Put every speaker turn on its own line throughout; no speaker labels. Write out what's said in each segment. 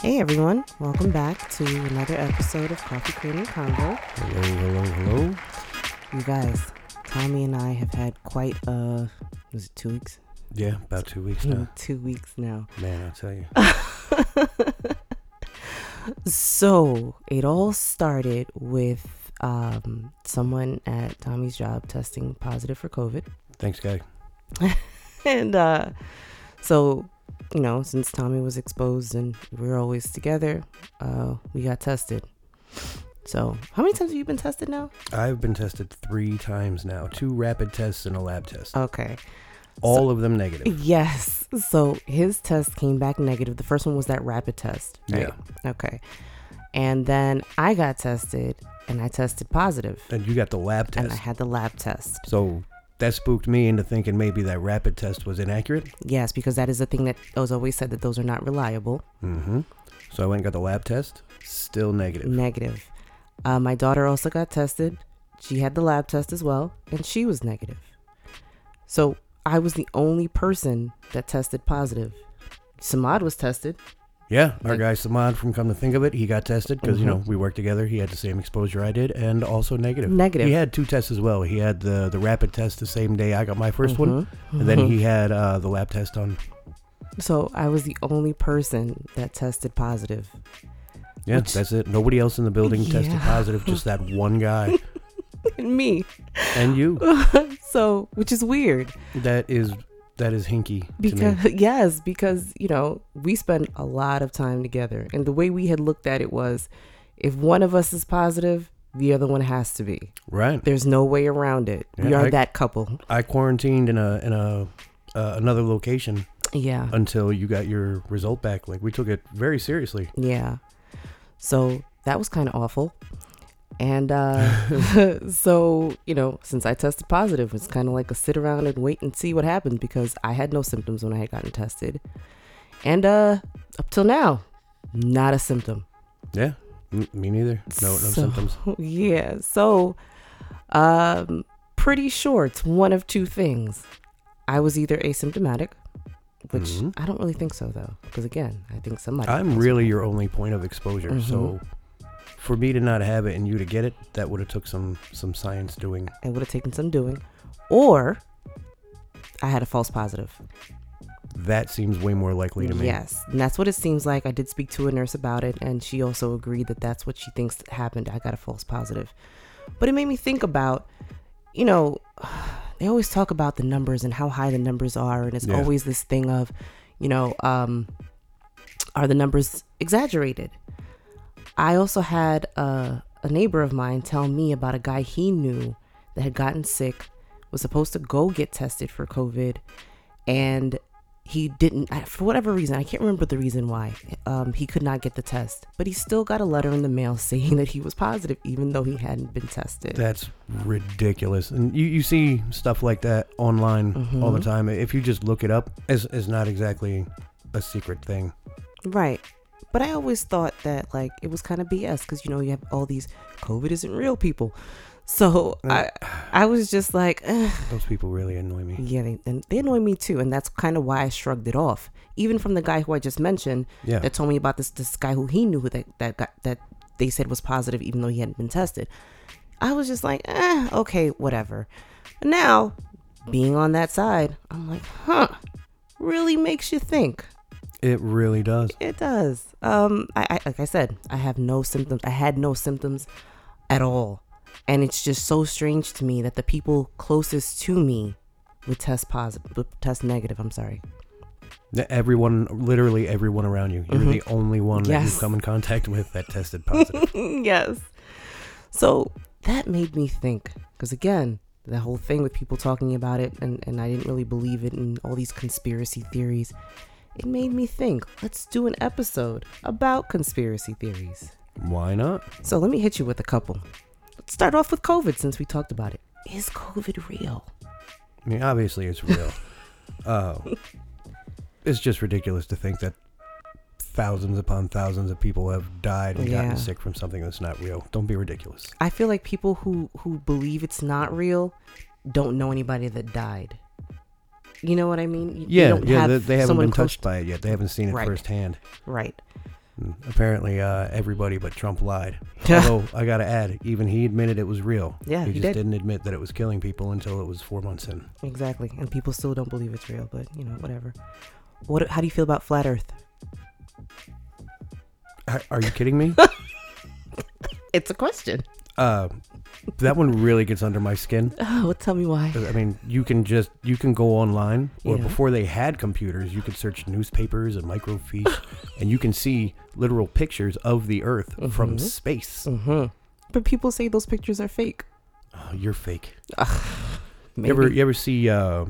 Hey everyone, welcome back to another episode of Coffee Cream and Congo.
Hello, hello, hello.
You guys, Tommy and I have had quite a was it two weeks? Mm,
Yeah, about two weeks now.
Two weeks now.
Man, I tell you.
So it all started with um, someone at Tommy's job testing positive for COVID,
Thanks, guy.
and uh, so you know since Tommy was exposed and we were always together, uh, we got tested. So how many times have you been tested now?
I've been tested three times now two rapid tests and a lab test.
Okay.
All of them negative.
Yes. So his test came back negative. The first one was that rapid test. Right? Yeah. Okay. And then I got tested and I tested positive
And you got the lab
and I
test.
had the lab test.
So that spooked me into thinking maybe that rapid test was inaccurate.
Yes, because that is a thing that was always said that those are not reliable.
Mm hmm. So I went and got the lab test. Still
Mm-hmm.
negative.
Negative. Uh, my daughter also got tested. She had the lab test as well and she was negative. So I was the only person that tested positive. Samad was tested.
Yeah, our
Like-
guy Samad from Come to Think of It, he got tested because, you know,
Mhm.
we worked together. He had the same exposure I did and also negative.
Negative.
He had two tests as well. He had the, the rapid test the same day I got my 1st one,
Mhm.
and then
Mhm.
he had uh, the lab test on
So I was the only person that tested positive.
Yeah,
Which-
that's it. Nobody else in the building tested
Yeah.
positive, just that one guy
Me.
and you.
So, which is weird
That is that is hinky to me.
because, yes, because, you know, we spend a lot of time together. And the way we had looked at it was if one of us is positive, the other one has to be.
Right.
There's no way around it. we
Yeah,
are
I-
that couple.
I quarantined in a in a uh, another location
Yeah.
until you got your result back. Like we took it very seriously.
Yeah. So that was kind of awful. And uh, so, you know, since I tested positive, it's kind of like a sit around and wait and see what happens because I had no symptoms when I had gotten tested. And uh, up till now, not a symptom.
Yeah. M- me neither. No no
So-
symptoms.
yeah. So, um, pretty sure it's one of two things. I was either asymptomatic, which
Mhm.
I don't really think so, though, because again, I think somebody.
I'm really your only point of exposure.
Mhm.
So for me to not have it and you to get it, that would have took some some science doing.
it would have taken some doing, or I had a false positive.
That seems way more likely to me.
Yes, and that's what it seems like. I did speak to a nurse about it, and she also agreed that that's what she thinks happened. I got a false positive, but it made me think about, you know, they always talk about the numbers and how high the numbers are, and it's
Yeah.
always this thing of, you know, um, are the numbers exaggerated? I also had a, a neighbor of mine tell me about a guy he knew that had gotten sick, was supposed to go get tested for COVID, and he didn't, I- for whatever reason, I can't remember the reason why, um, he could not get the test. But he still got a letter in the mail saying that he was positive, even though he hadn't been tested.
That's ridiculous. And you, you see stuff like that online all the
Mhm.
time. If you just look it up, it's, it's not exactly a secret thing.
Right. But I always thought that like it was kind of BS because you know you have all these COVID isn't real people. So I I was just like, "Ugh."
Those people really annoy me.
yeah, they, and they annoy me too, and that's kind of why I shrugged it off. Even from the guy who I just mentioned
Yeah.
that told me about this this guy who he knew that that got, that they said was positive even though he hadn't been tested. I was just like, eh, okay, whatever. But now being on that side, I'm like, huh, really makes you think.
It really does.
It does. Um, I, I like I said, I have no symptoms. I had no symptoms at all, and it's just so strange to me that the people closest to me would test positive, would test negative. I'm sorry.
Everyone, literally everyone around you, you're the only one that
Mm-hmm. Yes.
you come in contact with that tested positive.
yes. So that made me think, because again, the whole thing with people talking about it, and and I didn't really believe it, and all these conspiracy theories. It made me think. Let's do an episode about conspiracy theories.
Why not?
So let me hit you with a couple. Let's start off with COVID since we talked about it. Is COVID real?
I mean, obviously it's real. uh, it's just ridiculous to think that thousands upon thousands of people have died and
Yeah.
gotten sick from something that's not real. Don't be ridiculous.
I feel like people who who believe it's not real don't know anybody that died. You know what I mean? You- you
Yeah,
don't
yeah, they, they haven't
someone
been
close-
touched by it yet. They haven't seen it
Right.
firsthand.
Right.
And apparently, uh, everybody but Trump lied. Although I gotta add, even he admitted it was real.
Yeah,
he
he did.
just didn't admit that it was killing people until it was four months in.
Exactly. And people still don't believe it's real, but you know, whatever. What how do you feel about flat earth?
Are- Are you kidding me?
It's a question.
uh, that one really gets under my skin. Uh,
Oh, well, tell me why.
I mean, you can just you can go online, or
Yeah.
before they had computers, you could search newspapers and microfiche, and you can see literal pictures of the Earth from
Mhm.
space.
Mhm. But people say those pictures are fake.
Oh, you're fake.
Maybe.
You ever you ever see uh,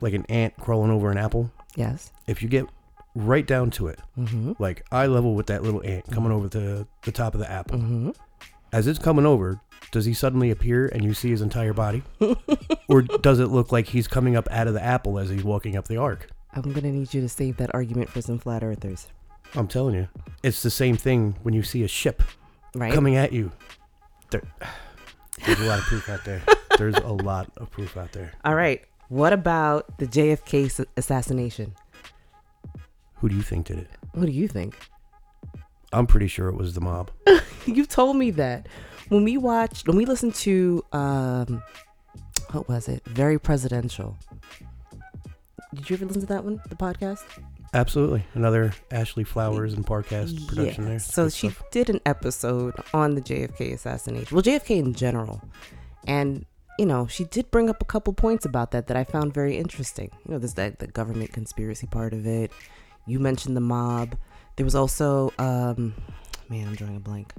like an ant crawling over an apple?
yes.
If you get right down to it,
Mhm.
like eye level with that little ant coming over the the top of the apple,
Mhm.
as it's coming over, does he suddenly appear and you see his entire body? or does it look like he's coming up out of the apple as he's walking up the arc?
I'm going to need you to save that argument for some flat earthers,
I'm telling you, it's the same thing when you see a ship
right?
coming at you. There, there's a lot of proof out there. There's a lot of proof out there.
All right. What about the JFK s- assassination?
Who do you think did it?
What do you think?
I'm pretty sure it was the mob.
you told me that when we watched when we listened to um what was it very presidential did you ever listen to that one the podcast
Absolutely. Another Ashley Flowers and Parcast production
Yeah.
there.
so
Good
she
stuff.
did an episode on the jfk assassination well jfk in general and you know she did bring up a couple points about that that i found very interesting you know there's that the government conspiracy part of it you mentioned the mob there was also um man i'm drawing a blank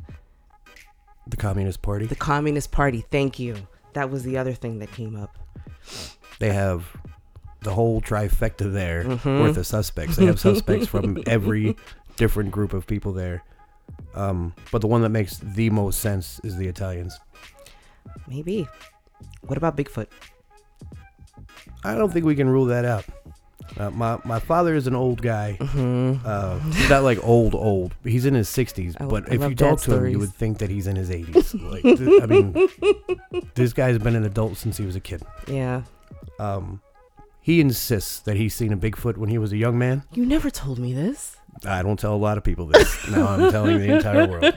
The Communist Party.
The Communist Party. Thank you. That was the other thing that came up.
they have the whole trifecta there
Mhm.
worth of suspects. They have suspects from every different group of people there. Um, but the one that makes the most sense is the Italians.
Maybe. What about Bigfoot?
I don't think we can rule that out. Uh, my my father is an old guy,
Mm-hmm.
uh, not like old old. He's in his sixties,
I-
but
I
if you
love dad
talk to him,
stories.
you would think that he's in his eighties. Like, th- I mean, this guy's been an adult since he was a kid.
Yeah.
Um, he insists that he's seen a Bigfoot when he was a young man.
You never told me this.
I don't tell a lot of people this. now I'm telling Oh, the entire world.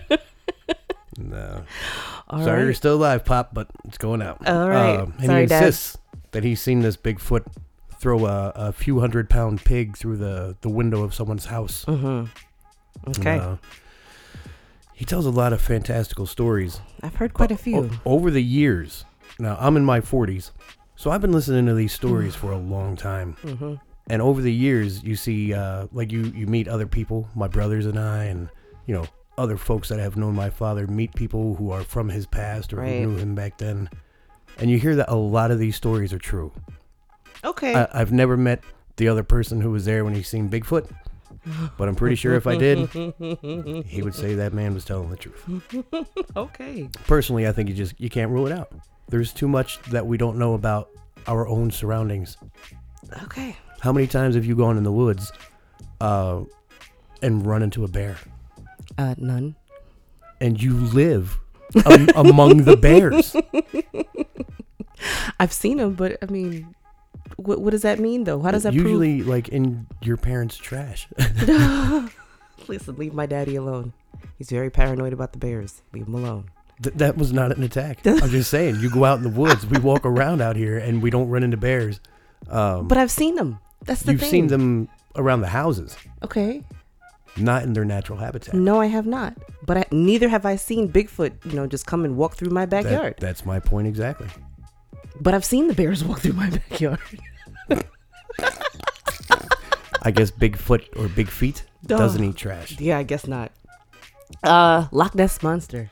No.
All right.
Sorry you're still alive, Pop, but it's going out. Um,
All right.
and
Sorry,
he
Dad.
insists that he's seen this Bigfoot throw a, a few hundred pound pig through the, the window of someone's house.
Mm-hmm. Okay.
Uh, he tells a lot of fantastical stories.
I've heard quite a
but o-
few.
over the years, now I'm in my 40s, so I've been listening to these stories for a long time
Mm-hmm.
and over the years you see uh, like you you meet other people my brothers and i and you know other folks that have known my father meet people who are from his past or
Right.
who knew him back then and you hear that a lot of these stories are true
Okay.
I, i've never met the other person who was there when he seen bigfoot but i'm pretty sure if i did he would say that man was telling the truth
okay.
personally i think you just you can't rule it out there's too much that we don't know about our own surroundings
Okay.
how many times have you gone in the woods uh, and run into a bear
Uh, none.
and you live am- among the bears.
I've seen him, but I mean, what, what does that mean though? How does that prove?
Usually, like in your parents' trash.
Listen, leave my daddy alone. He's very paranoid about the bears. Leave him alone.
Th- that was not an attack. I'm just saying, you go out in the woods. We walk around out here, and we don't run into bears. Um,
But I've seen them. That's the
you've
thing.
seen them around the houses,
Okay.
not in their natural habitat.
No, I have not. But I, neither have I seen Bigfoot, you know, just come and walk through my
That-
backyard.
that's my point exactly.
but I've seen the bears walk through my backyard.
I guess Bigfoot or Big Feet
Duh.
doesn't eat trash.
yeah, I guess not. Uh, Loch Ness monster.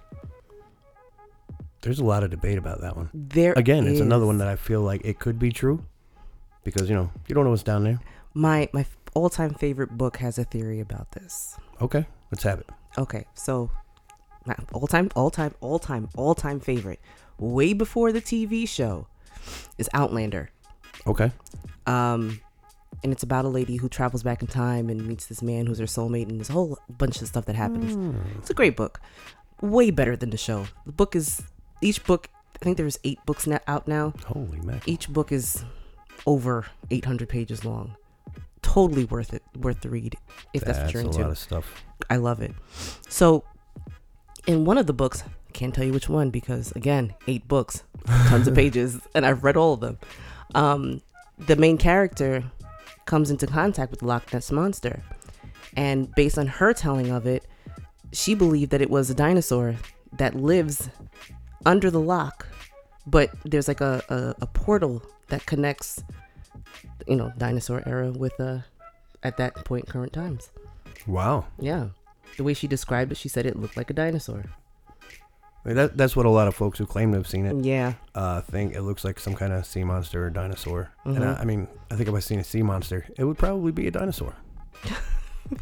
There's a lot of debate about that one.
There
Again, it's another
is-
one that I feel like it could be true, because you know you don't know what's down there.
My my f- all-time favorite book has a theory about this.
Okay, let's have it.
Okay, so my all-time all-time all-time all-time favorite way before the TV show is Outlander.
Okay.
Um, and it's about a lady who travels back in time and meets this man who's her soulmate, and there's a whole bunch of stuff that happens.
Hmm.
It's a great book, way better than the show. The book is each book. I think there's eight books na- out now.
Holy mackerel.
Each book is over 800 pages long. Totally worth it, worth the read if that's, what you're
a
into.
lot of stuff.
I love it. So, in one of the books, can't tell you which one because again, eight books, tons of pages, and I've read all of them. Um, the main character comes into contact with the Loch Ness monster, and based on her telling of it, she believed that it was a dinosaur that lives under the lock, but there's like a, a, a portal that connects, you know, dinosaur era with uh, at that point current times.
Wow.
Yeah, the way she described it, she said it looked like a dinosaur.
That, that's what a lot of folks who claim to have seen it
Yeah,
uh, think. It looks like some kind of sea monster or dinosaur.
Mm-hmm.
And I, I mean, I think if I seen a sea monster, it would probably be a dinosaur.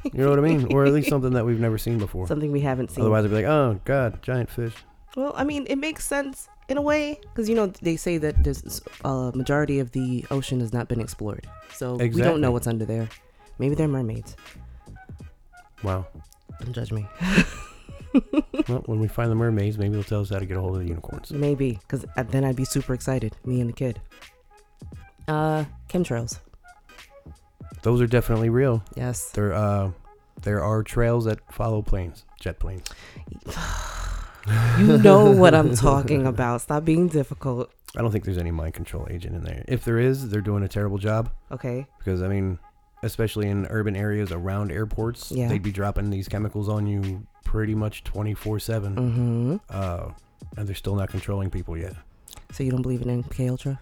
you know what I mean? Or at least something that we've never seen before.
something we haven't seen.
Otherwise, I'd be like, oh, God, giant fish.
Well, I mean, it makes sense in a way because you know they say that there's a majority of the ocean has not been explored, so we don't
Exactly.
know what's under there. Maybe they're mermaids.
Wow.
Don't judge me.
well, when we find the mermaids, maybe they'll tell us how to get a hold of the unicorns.
Maybe because then I'd be super excited, me and the kid. Uh, chemtrails.
Those are definitely real.
Yes.
There, uh, there are trails that follow planes, jet planes.
You know what I'm talking about. Stop being difficult.
I don't think there's any mind control agent in there. If there is, they're doing a terrible job
Okay.
because I mean, especially in urban areas around airports,
Yeah.
they'd be dropping these chemicals on you pretty much 24/7.
Mm-hmm.
Uh, and they're still not controlling people yet.
So you don't believe in MK Ultra?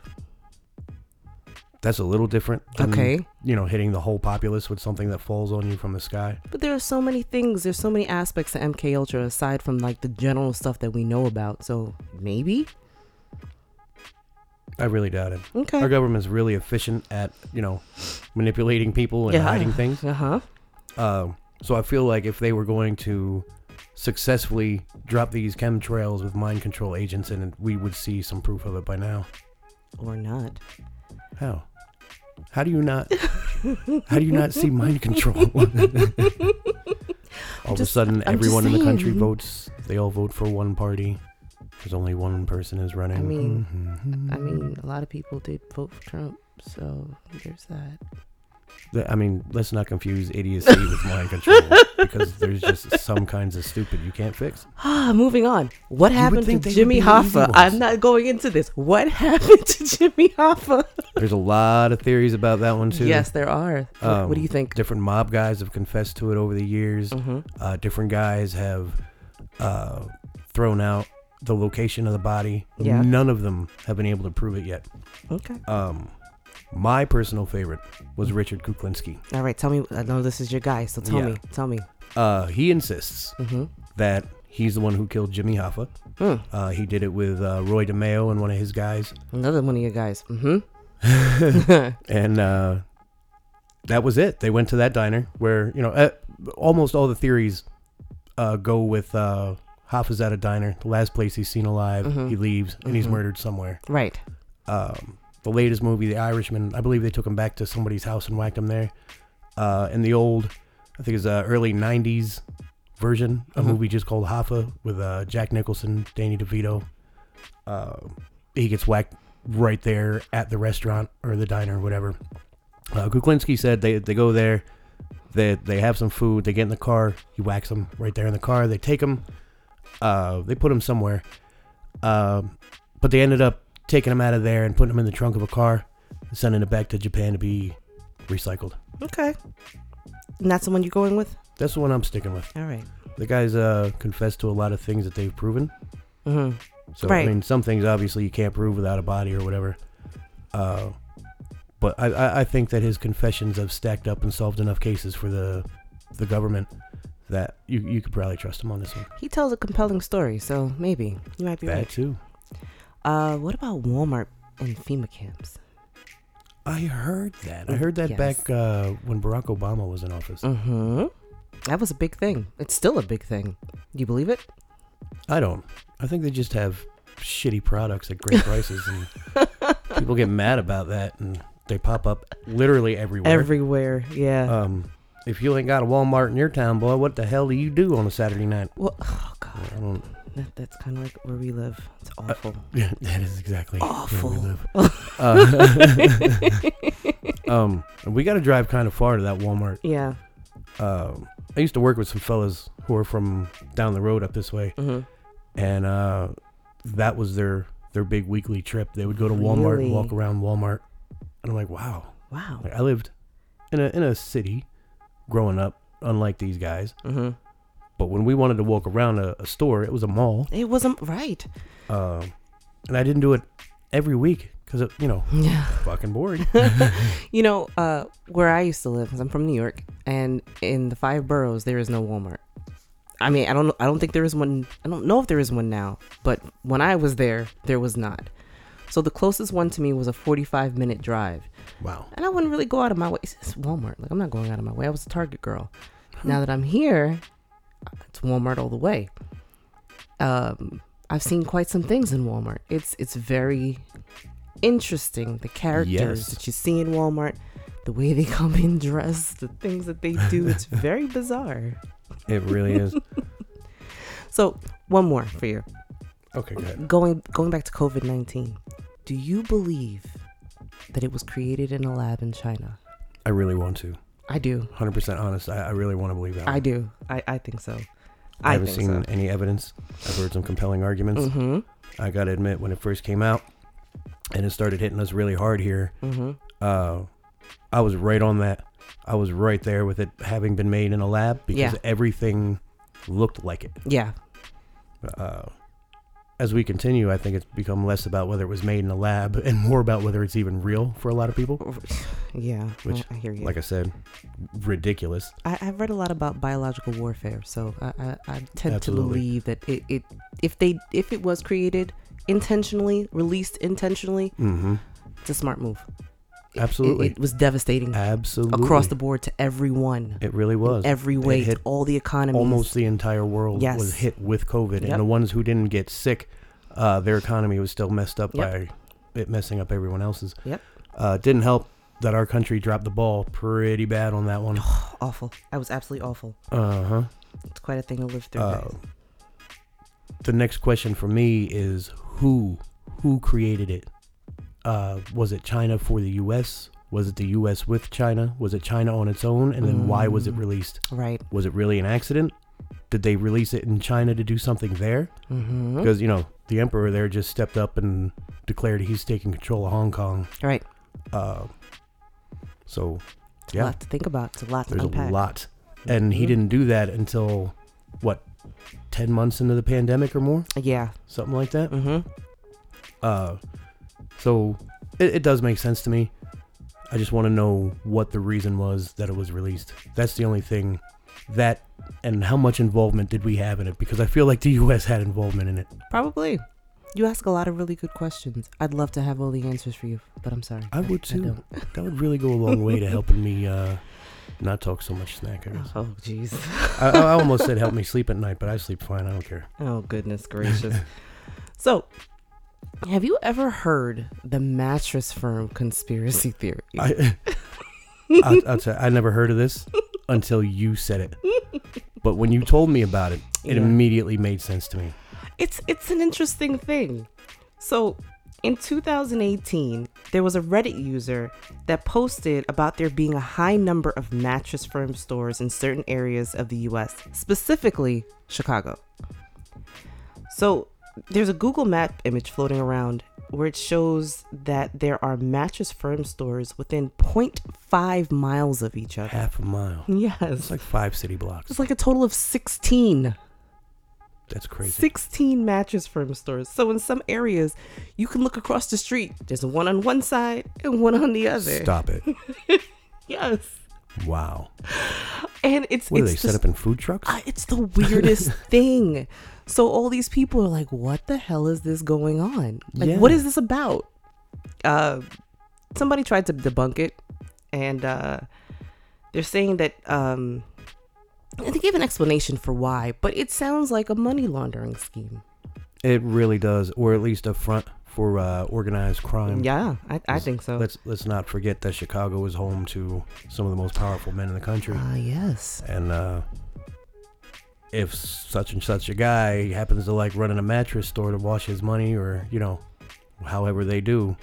That's a little different. Than,
Okay.
You know, hitting the whole populace with something that falls on you from the sky.
But there are so many things. There's so many aspects to MK Ultra aside from like the general stuff that we know about. So maybe.
I really doubt it.
Okay.
Our government's really efficient at you know manipulating people and
Yeah.
hiding things.
Uh huh.
Um, so I feel like if they were going to successfully drop these chemtrails with mind control agents in it, we would see some proof of it by now.
Or not.
How? How do you not? how do you not see mind control? all of a
just-
sudden,
I'm just
everyone in the country
saying.
votes. They all vote for one party. Because only one person is running.
mean,
Mhm.
I mean, a lot of people did vote for Trump. So there's that.
The- I mean, let's not confuse idiocy with mind control because there's just some kinds of stupid you can't fix.
Ah, moving on. What
would
happened to
think they would
Jimmy
be the easy
Hoffa?
ones.
I'm not going into this. What happened to Jimmy Hoffa?
There's a lot of theories about that one too.
Yes, there are. What-
Um,
what do you think?
Different mob guys have confessed to it over the years.
hmm
Uh, different guys have uh, thrown out the location of the body.
Yeah.
None of them have been able to prove it yet.
Okay.
Um, my personal favorite was Richard Kuklinski.
All right. Tell me. I know this is your guy, so tell
Yeah.
me. Tell me.
Uh, he insists
Mm-hmm.
that he's the one who killed Jimmy Hoffa.
Hmm.
Uh, he did it with uh, Roy DeMeo and one of his guys.
Another one of your guys. Mm-hmm.
and uh, that was it. They went to that diner where you know uh, almost all the theories uh, go with uh, Hoffa's at a diner, the last place he's seen alive.
Mhm.
He leaves and he's
Mhm.
murdered somewhere.
Right.
Um, the latest movie, The Irishman, I believe they took him back to somebody's house and whacked him there. Uh, in the old, I think it's uh, early '90s version, a
Mhm.
movie just called Hoffa with uh, Jack Nicholson, Danny DeVito. Uh, he gets whacked right there at the restaurant or the diner, whatever. Uh, Kuklinski said they, they go there, they, they have some food, they get in the car, he whacks them right there in the car, they take him, uh, they put him somewhere. Um, but they ended up taking him out of there and putting him in the trunk of a car and sending it back to Japan to be recycled.
Okay. And that's the one you're going with.
That's the one I'm sticking with.
All right.
The guy's uh, confessed to a lot of things that they've proven.
Mm-hmm.
So
Right.
I mean, some things obviously you can't prove without a body or whatever. Uh, but I- I, I think that his confessions have stacked up and solved enough cases for the the government that you you could probably trust him on this one.
He tells a compelling story, so maybe you might be
that
right.
too.
Uh, what about Walmart and FEMA camps?
I heard that. I heard that
Yes.
back uh, when Barack Obama was in office.
Mm-hmm. That was a big thing. It's still a big thing. Do you believe it?
I don't. I think they just have shitty products at great prices, and people get mad about that, and they pop up literally everywhere.
Everywhere. Yeah.
um, if you ain't got a Walmart in your town, boy, what the hell do you do on a Saturday night?
well, oh God.
I don't.
That, that's kind of like where we live. It's awful.
that is exactly
Awful.
where we live. Uh, um, and we got to drive kind of far to that Walmart.
yeah.
Um, I used to work with some fellas who were from down the road up this way,
hmm
and uh, that was their their big weekly trip. They would go to Walmart
Really?
and walk around Walmart, and I'm like, wow.
Wow.
Like, I lived in a in a city growing up, unlike these guys.
hmm
But when we wanted to walk around a, a store, it was a mall,
It wasn't right.
um, and I didn't do it every week because you know
Yeah.
fucking boring.
You know, uh, where I used to live, 'cause I'm from New York, and in the five boroughs there is no Walmart. I mean, I don't, I don't think there is one. I don't know if there is one now, but when I was there, there was not. So the closest one to me was a 45 minute drive,
wow.
and I wouldn't really go out of my way. It's it's Walmart. Like I'm not going out of my way. I was a Target girl. Now that I'm here, it's Walmart all the way. Um, I've seen quite some things in Walmart. It's it's very interesting the characters
Yes.
that you see in Walmart, the way they come in dressed, the things that they do. It's very bizarre.
It really is.
So one more for you.
okay, good.
Going going back to COVID nineteen, do you believe that it was created in a lab in China?
I really want to.
I do.
Hundred percent honest. I, I really want to believe that.
I
one.
do. I, I think so.
I
I,
Uh-huh. haven't
think
seen
so.
any evidence. I've heard some compelling arguments.
Mm-hmm.
I gotta admit, when it first came out, and it started hitting us really hard here,
Mm-hmm.
uh, I was right on that. I was right there with it having been made in a lab because
Yeah.
everything looked like it.
Yeah.
Uh, as we continue, I think it's become less about whether it was made in a lab and more about whether it's even real for a lot of people.
Yeah.
Which,
I I hear you.
Like I said, ridiculous.
I, I've read a lot about biological warfare, so I, I, I tend
Absolutely.
to believe that it, it if they if it was created intentionally, released intentionally,
Mm-hmm.
it's a smart move. It- it-
Absolutely.
It, was devastating
Absolutely.
across the board to everyone.
It really was.
in every way
hit
to all the economies.
almost the entire world
Yes.
was hit with COVID,
Yep.
and the ones who didn't get sick, uh, their economy was still messed up
Yep.
by it messing up everyone else's.
Yep.
Uh, it didn't help that our country dropped the ball pretty bad on that one.
awful. I was absolutely awful.
Uh huh.
It's quite a thing to live through.
Uh,
guys.
the next question for me is who who created it? Uh, was it China for the U.S.? Was it the U.S. with China? Was it China on its own? And then why was it
Mm.
released?
Right.
Was it really an accident? Did they release it in China to do something there?
Mm-hmm.
because you know the emperor there just stepped up and declared he's taking control of Hong Kong.
Right.
Uh, so
It's
yeah,
a lot to think about. It's a lot to
there's
unpack.
a lot, and he
Mhm.
didn't do that until what ten months into the pandemic or more,
Yeah.
something like that.
Mm-hmm.
Uh, so it, it does make sense to me. I just want to know what the reason was that it was released. That's the only thing that and how much involvement did we have in it because I feel like the US had involvement in it.
Probably. You ask a lot of really good questions. I'd love to have all the answers for you, but I'm sorry.
I would too.
don't.
That would really go a long way to helping me uh, not talk so much snack. I guess.
Oh, jeez.
I, I almost said help me sleep at night, but I sleep fine. I don't care.
Oh, goodness gracious. so, have you ever heard the mattress firm conspiracy theory?
I, I, I'll tell, I never heard of this until you said it. But when you told me about it, it
Yeah.
immediately made sense to me.
it's it's an interesting thing. So, in 2018, there was a Reddit user that posted about there being a high number of mattress firm stores in certain areas of the US, specifically Chicago. So, there's a Google map image floating around where it shows that there are mattress firm stores within 0.5 miles of each other.
Half a mile. It's
Yes.
like five city blocks.
It's like a total of 16.
That's crazy.
16 mattress firm stores. So in some areas, you can look across the street. There's one on one side and one on the other.
Stop it.
Yes.
Wow.
And it's
What do
it's
they
the,
set up in food trucks?
uh, it's the weirdest thing. So all these people are like, "What the hell is this going on? Like,
Yeah.
what is this about?" Uh, somebody tried to debunk it, and uh, they're saying that um, and they gave an explanation for why, but it sounds like a money laundering scheme.
It really does, or at least a front for uh, organized crime.
yeah, I, I think so.
Let's let's not forget that Chicago is home to some of the most powerful men in the country.
Ah, yes.
and uh, if such and such a guy happens to like run in a mattress store to wash his money or you know however they do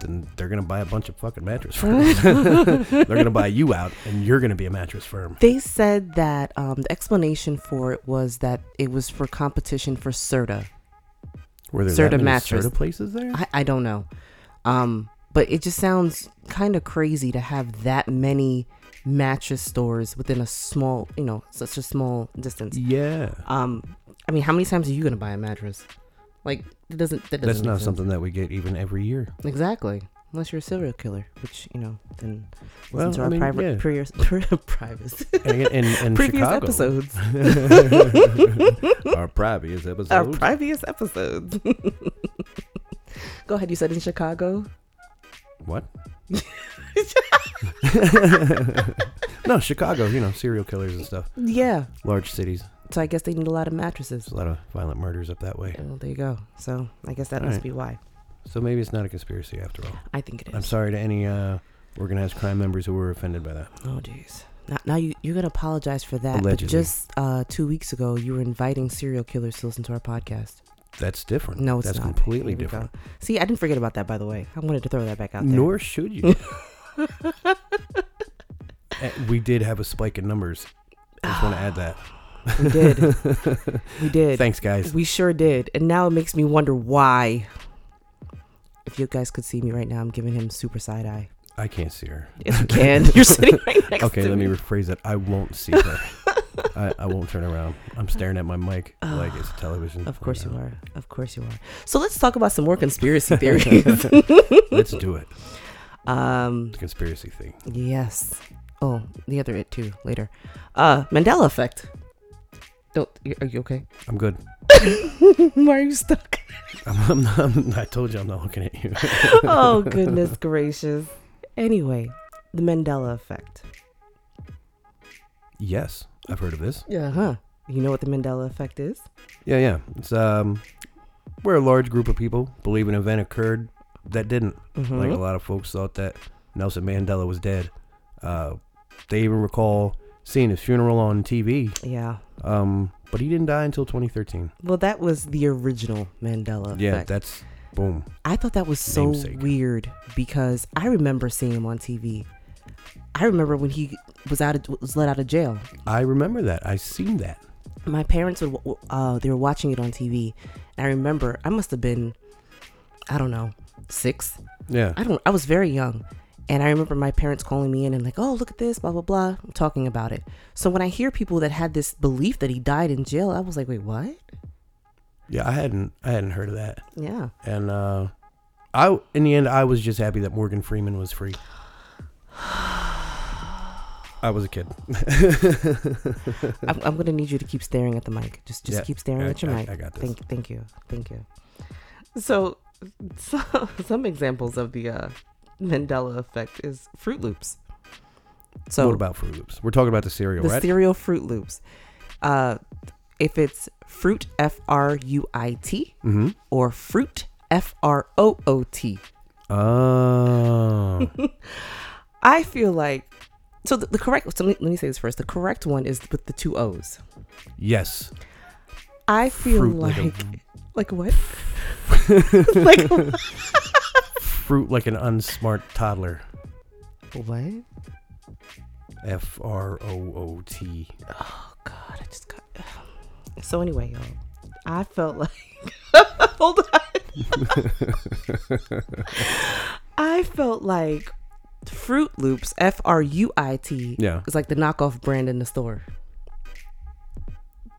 then they're gonna buy a bunch of fucking mattress firms. they're gonna buy you out, and you're gonna be a mattress firm.
They said that um, the explanation for it was that it was for competition for Serta.
Were there
Certa
that many
mattress.
Certa places there?
I, I don't know. Um, but it just sounds kind of crazy to have that many mattress stores within a small, you know, such a small distance.
yeah,
Um, I mean, how many times are you gonna buy a mattress? Like, it doesn't. That doesn't
that's
make
not
sense.
something that we get even every year.
Exactly. Unless you're a serial killer, which you know, then
Well,
listen to
I
our
mean,
private,
yeah.
previous, previous,
And, and, and
previous
Chicago.
episodes.
Our previous episode.
Our previous episodes. Go ahead. You said in Chicago.
what? no, Chicago. You know, serial killers and stuff.
Yeah.
Large cities.
So I guess they need a lot of mattresses.
There's a lot of violent murders up that way.
Well, there you go. So I guess that
All
must
right.
be why.
So maybe it's not a conspiracy after all.
I think it is.
I'm sorry to any uh, organized crime members who were offended by that.
Oh jeez. Now, now you you're gonna apologize for that.
Allegedly.
But just uh, two weeks ago, you were inviting serial killers to listen to our podcast.
That's different.
No, it's
That's
not.
completely
Here we
different.
go. See, I didn't forget about that. By the way, I wanted to throw that back out there.
Nor should you. Uh, we did have a spike in numbers. I just want to add that.
we did. we did.
Thanks, guys.
We sure did. And now it makes me wonder why. If you guys could see me right now, I'm giving him super side eye.
I can't see her.
Yes, you can. You're sitting right next
Okay,
to
let me
me.
rephrase that. I won't see her. I, I won't turn around. I'm staring at my mic like it's television.
Of course you are. Of course you are. So let's talk about some more conspiracy theories.
Let's do it.
um,
The conspiracy thing.
yes. Oh, the other it too later. Uh, Mandela effect. Don't. Are you okay?
I'm good.
Why are you stuck?
I'm, I'm not, I told you I'm not looking at you.
oh goodness gracious. Anyway, the Mandela effect.
yes, I've heard of this.
Yeah. Huh. You know what the Mandela effect is?
Yeah, yeah. It's um, where a large group of people believe an event occurred that didn't.
Mhm.
Like a lot of folks thought that Nelson Mandela was dead. Uh, they even recall seeing his funeral on TV.
yeah.
Um, but he didn't die until 2013.
Well, that was the original Mandela
Yeah,
effect.
that's boom.
I thought that was so
Namesake.
weird because I remember seeing him on TV. I remember when he was out of, was let out of jail.
I remember that. I seen that.
My parents would w- uh, they were watching it on TV, and I remember I must have been, I don't know, six.
Yeah.
I don't. I was very young, and I remember my parents calling me in and like, "Oh, look at this, blah blah blah," talking about it. So when I hear people that had this belief that he died in jail, I was like, "Wait, what?"
Yeah, I hadn't I hadn't heard of that.
Yeah.
And uh I in the end I was just happy that Morgan Freeman was free. I was a kid.
I'm, I'm gonna need you to keep staring at the mic. Just just
Yeah,
keep staring
I-
at your
I-
mic.
I got this.
Thank thank you thank you. So, so some examples of the uh, Mandela effect is Fruit Loops. So
what about Fruit Loops? We're talking about the cereal,
the
right?
cereal Fruit Loops. Uh, if it's fruit F R U I T
mm-hmm.
or fruit F R O O T,
Oh.
I feel like. So the, the correct. So let me, let me say this first. The correct one is with the two O's.
yes.
I feel
Fruit
like
like a-
like, what? like
Fruit like an unsmart toddler.
what?
F R O O T.
Oh God, I just got. So anyway, y'all, I felt like hold on. I felt like Fruit Loops, F R U I T,
Yeah.
is like the knockoff brand in the store.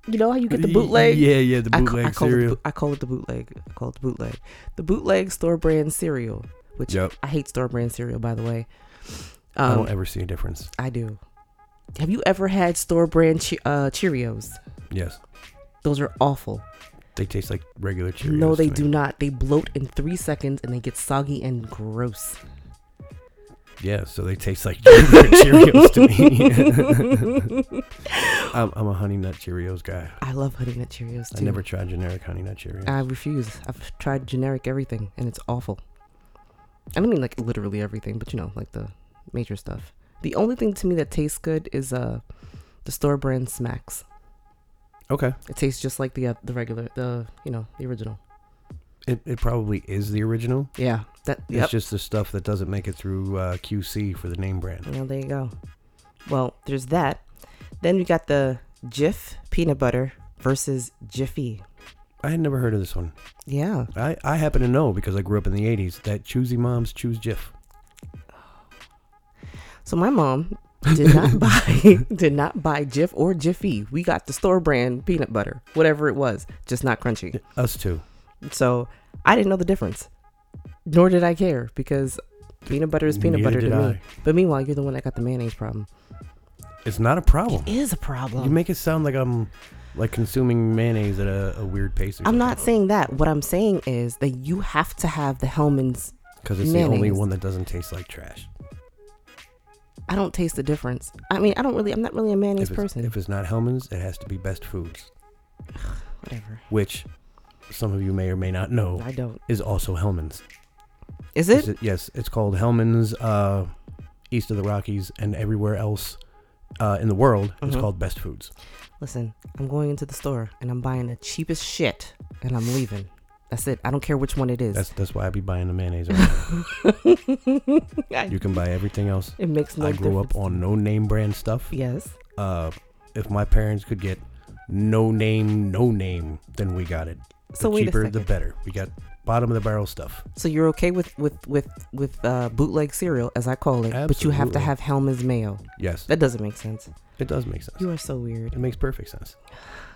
You know how you get the bootleg.
Yeah, yeah, the
I ca-
bootleg
I call, it
cereal.
boot- I call it the bootleg. I call it the bootleg. The bootleg store brand cereal, which
Yep.
I hate store brand cereal, by the way.
I
Um,
don't ever see a difference.
I do. Have you ever had store brand che- uh, Cheerios?
Yes.
Those are awful.
They taste like regular Cheerios.
no, they
to me.
do not. They bloat in three seconds and they get soggy and gross.
Yeah, so they taste like regular Cheerios to me. I'm, I'm a honey nut Cheerios guy.
I love Honey Nut Cheerios too.
I never tried generic honey nut Cheerios.
I refuse. I've tried generic everything and it's awful. I don't mean like literally everything, but you know, like the major stuff. The only thing to me that tastes good is uh the store brand Smacks.
okay,
It tastes just like the uh, the regular the you know the original.
it, it probably is the original.
Yeah. That. Yep.
It's just the stuff that doesn't make it through uh, QC for the name brand.
Well, there you go. Well, there's that. Then we got the Jif peanut butter versus Jiffy.
I had never heard of this one.
Yeah.
I, I happen to know because I grew up in the 80s that choosy moms choose Jif.
So my mom did not buy did not buy Jif or Jiffy. We got the store brand peanut butter, whatever it was, just not crunchy.
Us too.
So I didn't know the difference, nor did I care because peanut butter is peanut
Neither
butter to
did
me. But meanwhile, you're the one that got the mayonnaise problem.
It's not a problem.
Is a
Oh. You
problem.
make it sound like I'm like consuming mayonnaise at a, a weird pace.
I'm not saying that. What I'm saying is that you have to have the Hellman's.
because it's the only
mayonnaise.
one that doesn't taste like trash.
I don't taste the difference. I mean, I don't really. I'm not really a mayonnaise
If it's,
person.
if it's not Hellman's, it has to be Best Foods,
Whatever.
which some of you may or may not know
I don't.
is also Hellman's.
Is
Is
it?
it? Yes, it's called Hellman's uh, East of the Rockies and everywhere else uh, in the world. It's
Mhm.
called Best Foods.
Listen, I'm going into the store and I'm buying the cheapest shit and I'm leaving. That's it. I don't care which one it is.
That's that's why I be buying the mayonnaise. Right now.
I-
you can buy everything else.
it makes no
I grew
difference.
up on no name brand stuff.
Yes.
Uh, if my parents could get no name, no name, then we got it.
So
the
wait a
cheaper, the
second.
better. We got bottom of the barrel stuff.
So you're okay with with with with uh, bootleg cereal, as I call it, but you have to
Absolutely.
have Hellman's mayo.
Yes,
That doesn't make sense.
it does make sense.
You are so weird.
It makes perfect sense.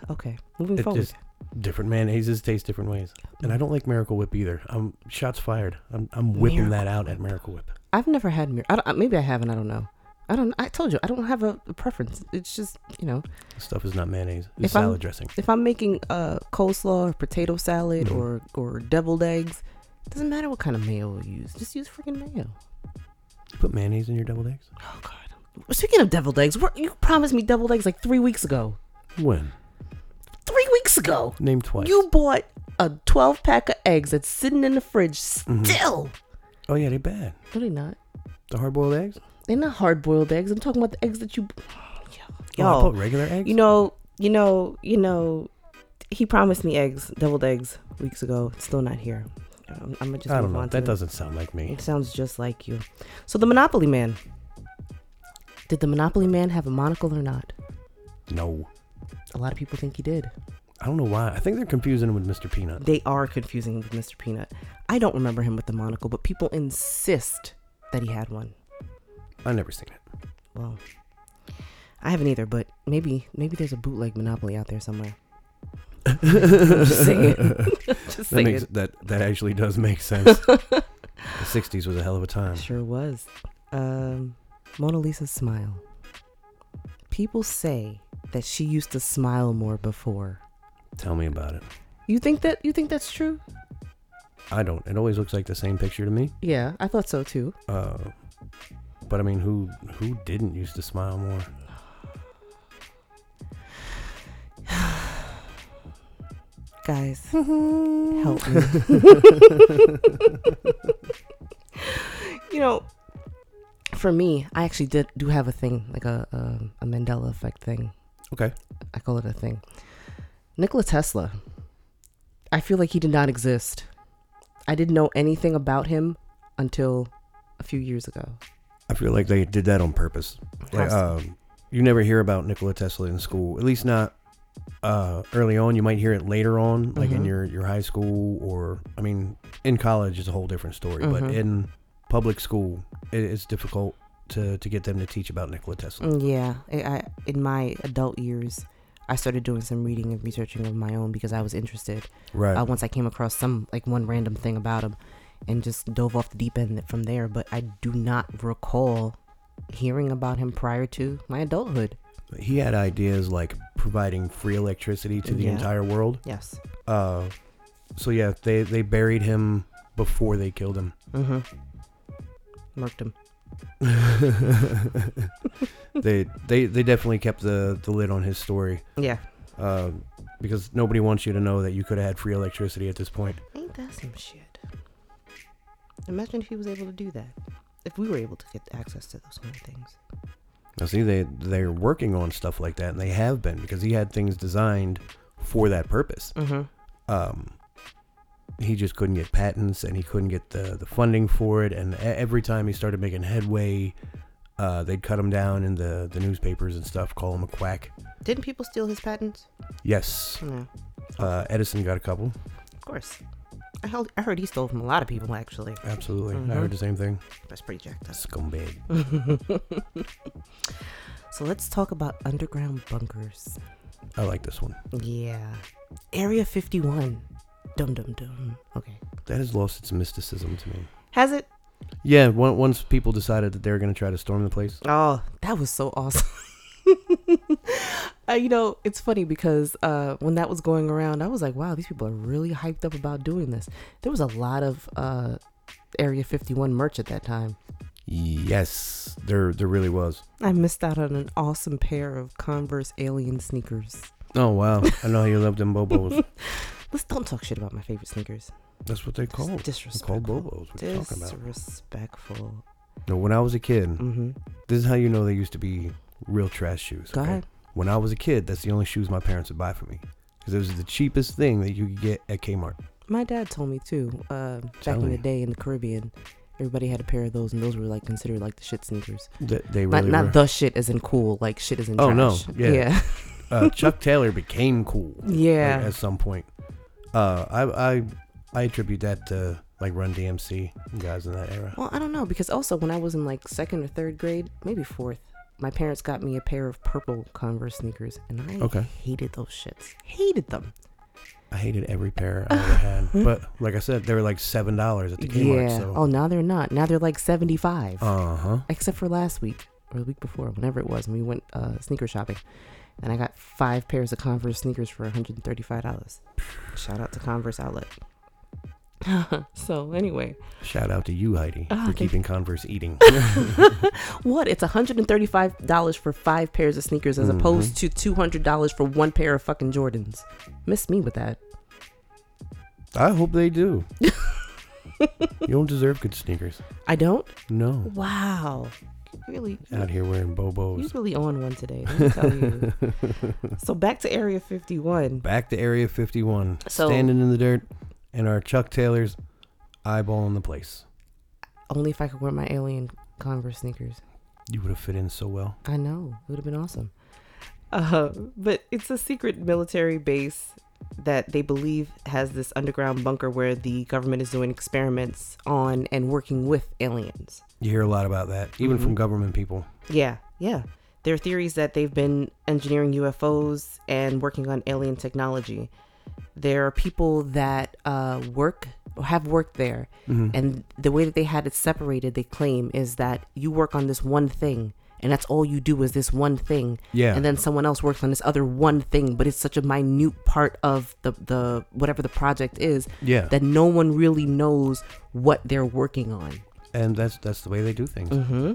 Okay, moving
It
forward.
just different mayonnaises taste different ways, and I don't like Miracle Whip either. I'm shots fired. I'm I'm whipping that out at Miracle Whip.
I've never had. Mir- I don't, uh, maybe I haven't. I don't know. I don't. I told you I don't have a, a preference. It's just you know,
This stuff is not mayonnaise. It's
If I'm-
salad dressing.
if I'm making uh, coleslaw or potato salad
Mhm.
or or deviled eggs, doesn't matter what kind of mayo you use. Just use freaking mayo.
You put mayonnaise in your deviled eggs?
Oh God. Speaking of deviled eggs, where, you promised me deviled eggs like three weeks ago.
When?
Three weeks ago.
Name twice.
You bought a 12 pack of eggs that's sitting in the fridge
Mhm.
still.
Oh yeah, they bad.
Mm-hmm. No, they're not.
The hard boiled eggs.
They're not hard boiled eggs. I'm talking about the eggs that you.
Oh, I
Yo,
put regular eggs.
you know, you know, you know, he promised me eggs, deviled eggs, weeks ago. It's still not here. I'm, I'm gonna just
I
move
don't know.
on to
That
the-
doesn't sound like me.
It sounds just like you. So the Monopoly Man. Did the Monopoly Man have a monocle or not?
No.
A lot of people think he did.
I don't know why. I think they're confusing him with Mr. Peanut.
They are confusing him with Mr. Peanut. I don't remember him with the monocle, but people insist that he had one. Mm-hmm.
I never seen it.
Well, I haven't either, but maybe maybe there's a bootleg Monopoly out there somewhere. I'm just saying. just
That
saying.
makes that that actually does make sense. the '60s was a hell of a time.
Sure was. Um, Mona Lisa's smile. People say that she used to smile more before.
Tell me about it.
You think that you think that's true?
I don't. It always looks like the same picture to me.
Yeah, I thought so too.
Uh, but I mean, who who didn't used to smile more?
Guys, help me. you know, for me, I actually did do have a thing, like a um a Mandela effect thing.
Okay.
I call it a thing. Nikola Tesla. I feel like he did not exist. I didn't know anything about him until a few years ago.
I feel like they did that on purpose. Like,
Has-
um, you never hear about Nikola Tesla in school, at least not uh, early on. You might hear it later on, like in
Mhm.
your, your high school, or I mean, in college is a whole different story. But
Mhm.
in public school, it, it's difficult to, to get them to teach about Nikola Tesla.
Mm, Yeah, I, I, in my adult years, I started doing some reading and researching of my own because I was interested.
Right.
Uh, once I came across some like one random thing about him, and just dove off the deep end from there. But I do not recall hearing about him prior to my adulthood.
he had ideas like providing free electricity to the
Yeah.
entire world.
Yes.
Uh, so yeah, they they buried him before they killed him.
Mm-hmm. Murked him.
they they they definitely kept the the lid on his story
Yeah.
uh, because nobody wants you to know that you could have had free electricity at this point.
Ain't that some shit? Imagine if he was able to do that. If we were able to get access to those kind of things.
Now see, they they're working on stuff like that, and they have been because he had things designed for that purpose.
Mm-hmm.
Um, he just couldn't get patents and he couldn't get the, the funding for it. And e- every time he started making headway, uh, they'd cut him down in the, the newspapers and stuff, call him a quack.
Didn't people steal his patents?
Yes,
No,
uh, Edison got a couple.
of course. I heard, I heard he stole from a lot of people, actually.
Absolutely.
Mhm.
I heard the same thing.
That's pretty jacked up.
Scumbag.
So let's talk about underground bunkers.
I like this one.
Yeah. Area 51. Dum dum dum. Okay.
That has lost its mysticism to me.
Has it?
Yeah, on- once people decided that they were going to try to storm the place.
Oh, that was so awesome. Uh, you know, it's funny because uh, when that was going around, I was like, wow, these people are really hyped up about doing this. There was a lot of uh, Area 51 merch at that time.
Yes, there there really was.
I missed out on an awesome pair of Converse alien sneakers.
Oh wow, I know you love them bobos.
Let's don't talk shit about my favorite sneakers.
That's what they call
It's
them. Call
disrespectful.
bobos. What are you talking about? Hmm.
Disrespectful.
No, when I was a kid,
Mm-hmm.
this is how you know they used to be real trash shoes.
Go
okay?
ahead.
When I was a kid, that's the only shoes my parents would buy for me because it was the cheapest thing that you could get at Kmart.
My dad told me too. Uh, back
Telling
in the
you.
day in the Caribbean, everybody had a pair of those, and those were like considered like the shit sneakers.
That they really
not
were.
not the shit as in cool, like shit as in
Oh, no.
trash.
Yeah.
yeah,
uh, Chuck Taylor became cool.
yeah.
At, at some point, uh, I I I attribute that to like Run DMC and guys in that era.
Well, I don't know because also when I was in like second or third grade, maybe fourth, my parents got me a pair of purple Converse sneakers, and I
Okay.
hated those shits. Hated them.
I hated every pair I ever had. But like I said, they were like seven dollars at the Kmart.
yeah.
So.
Oh, now they're not. Now they're like seventy five.
Uh huh.
except for last week or the week before, whenever it was, when we went uh, sneaker shopping, and I got five pairs of Converse sneakers for one hundred and thirty-five dollars. Shout out to Converse Outlet. so anyway,
Shout out to you, Heidi,
Ah,
for
thank-
keeping Converse eating.
what? It's one hundred and thirty-five dollars for five pairs of sneakers,
Mm-hmm.
as opposed to two hundred dollars for one pair of fucking Jordans. Miss me with that.
I hope they do. you don't deserve good sneakers.
I don't.
No.
Wow. Really.
Out here wearing
He's
Bobos.
really on one today. Let me tell you. so back to Area 51.
Back to Area 51.
So-
Standing in the dirt and our Chuck Taylors eyeballing the place.
Only if I could wear my alien Converse sneakers.
You would have fit in so well.
I know. It would have been awesome. Uh, but it's a secret military base that they believe has this underground bunker where the government is doing experiments on and working with aliens.
You hear a lot about that, even
Mm-hmm.
from government people.
Yeah, yeah. There are theories that they've been engineering UFOs and working on alien technology. There are people that uh, work or have worked there,
Mm-hmm.
and the way that they had it separated, they claim, is that you work on this one thing, and that's all you do is this one thing.
Yeah.
And then someone else works on this other one thing, but it's such a minute part of the the whatever the project is
Yeah.
that no one really knows what they're working on.
and that's that's the way they do things.
Mm-hmm.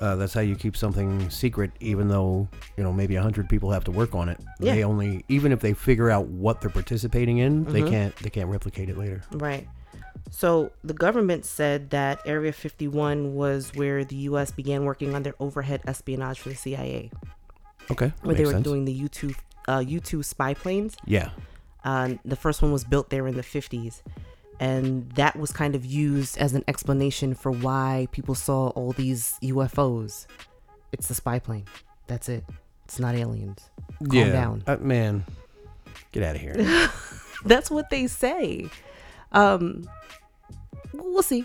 Uh, that's how you keep something secret, even though you know maybe hundred people have to work on it.
Yeah.
They only, even if they figure out what they're participating in, they
Mhm.
can't they can't replicate it later.
Right. So the government said that Area 51 was where the U.S. began working on their overhead espionage for the CIA,
Okay,
where they were doing the U2 uh, U2 spy planes.
yeah,
Um, the first one was built there in the 50s, and that was kind of used as an explanation for why people saw all these UFOs. It's the spy plane. That's it. It's not aliens. Calm
yeah.
down.
Uh, man, get out of here.
That's what they say. Um, we'll see.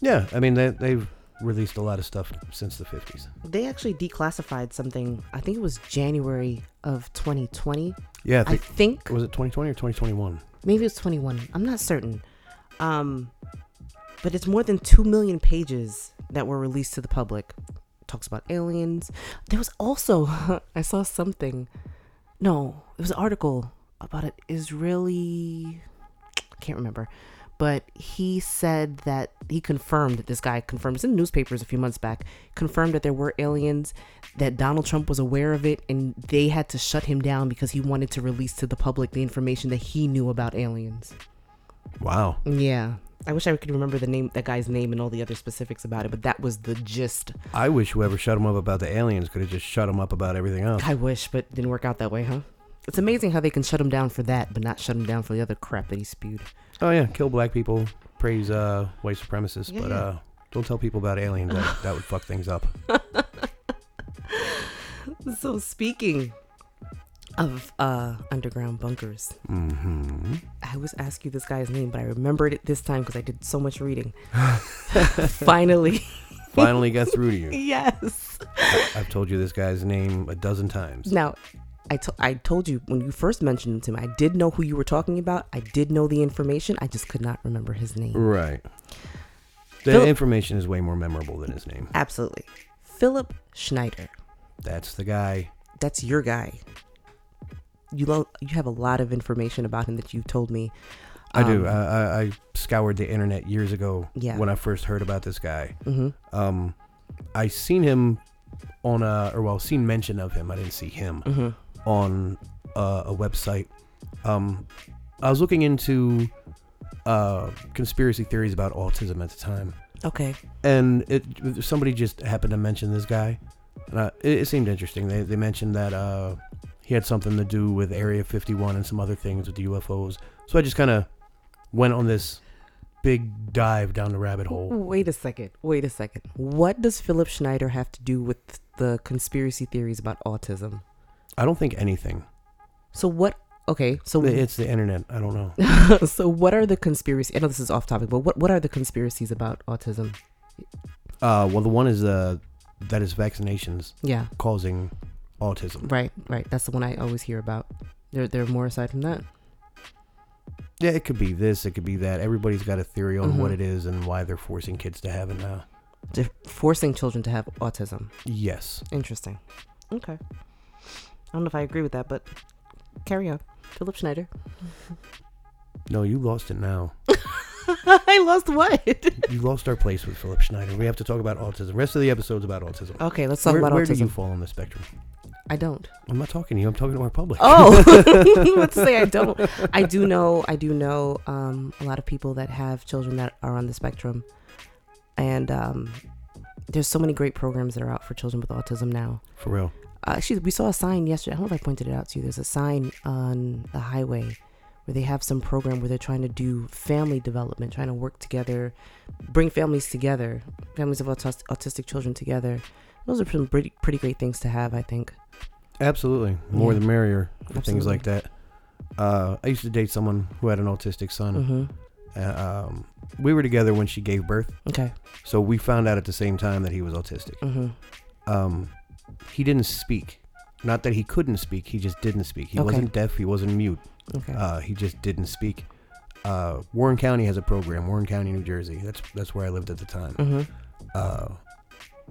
yeah, I mean they they've released a lot of stuff since the fifties.
they actually declassified something. I think it was January of 2020.
Yeah, I
I
think,
think
was it twenty twenty or twenty twenty one?
maybe it was 21. I'm not certain. Um, but it's more than 2 million pages that were released to the public. talks about aliens. There was also, I saw something. No, it was an article about an Israeli. I can't remember. But he said that he confirmed that this guy confirmed it's in newspapers a few months back, confirmed that there were aliens, that Donald Trump was aware of it, and they had to shut him down because he wanted to release to the public the information that he knew about aliens.
Wow.
Yeah. I wish I could remember the name that guy's name and all the other specifics about it, but that was the gist.
I wish whoever shut them up about the aliens could have just shut them up about everything else.
I wish, but didn't work out that way, huh? It's amazing how they can shut him down for that, but not shut him down for the other crap that he spewed.
Oh yeah, kill black people, praise uh, white supremacists, but
Yeah.
uh, don't tell people about aliens. that, that would fuck things up.
So speaking of uh, underground bunkers,
Mm-hmm.
I always ask you this guy's name, but I remembered it this time because I did so much reading. Finally,
Finally got through to you.
yes.
I've told you this guy's name a dozen times.
Now, I to- I told you when you first mentioned him to me, I did know who you were talking about. I did know the information. I just could not remember his name.
Right. The
Philip-
information is way more memorable than his name.
Absolutely. Philip Schneider.
That's the guy.
That's your guy. You lo- you have a lot of information about him that you've told me.
I do. uh,
Um,
I, I, I scoured the internet years ago
Yeah.
when I first heard about this guy.
mhm.
Um, I seen him on a, or well, seen mention of him. I didn't see him
Mhm.
on uh, a website. Um, I was looking into uh, conspiracy theories about autism at the time,
Okay.
and it somebody just happened to mention this guy, and I, it, it seemed interesting. They they mentioned that uh, he had something to do with Area 51 and some other things with the UFOs. So I just kind of went on this big dive down the rabbit hole.
Wait a second. Wait a second. What does Philip Schneider have to do with the conspiracy theories about autism?
I don't think anything.
So what? Okay. So
It's the internet. I don't know.
so what are the conspiracy? I know this is off topic, but what what are the conspiracies about autism?
Uh, well, the one is uh, that is vaccinations
Yeah.
causing autism.
Right. Right. That's the one I always hear about. There there are more aside from that.
Yeah, it could be this. It could be that. Everybody's got a theory on
Mhm.
what it is and why they're forcing kids to have it now.
They're forcing children to have autism.
Yes.
Interesting. Okay. I don't know if I agree with that, but carry on. Philip Schneider.
No, you lost it now.
I lost what?
you lost our place with Philip Schneider. We have to talk about autism. Rest of the episode's about autism.
Okay, let's talk
where
about
where do you
autism.
fall on the spectrum?
I don't.
I'm not talking to you. I'm talking to our public.
Oh, let's say I don't. I do know. I do know um, a lot of people that have children that are on the spectrum, and um, there's so many great programs that are out for children with autism now.
For real.
Uh, actually, we saw a sign yesterday. I don't know if I pointed it out to you. There's a sign on the highway where they have some program where they're trying to do family development, trying to work together, bring families together, families of autis- autistic children together. Those are some pretty, pretty great things to have, I think.
Absolutely. More
Yeah.
the merrier. for
Absolutely.
Things like that. Uh, I used to date someone who had an autistic son.
hmm
Uh, um, we were together when she gave birth.
Okay.
So we found out at the same time that he was autistic.
hmm
Um, he didn't speak. Not that he couldn't speak, he just didn't speak. He
Okay.
wasn't deaf, he wasn't mute.
Okay.
Uh, he just didn't speak. Uh, Warren County has a program, Warren County, New Jersey. That's that's where I lived at the time.
hmm
Uh,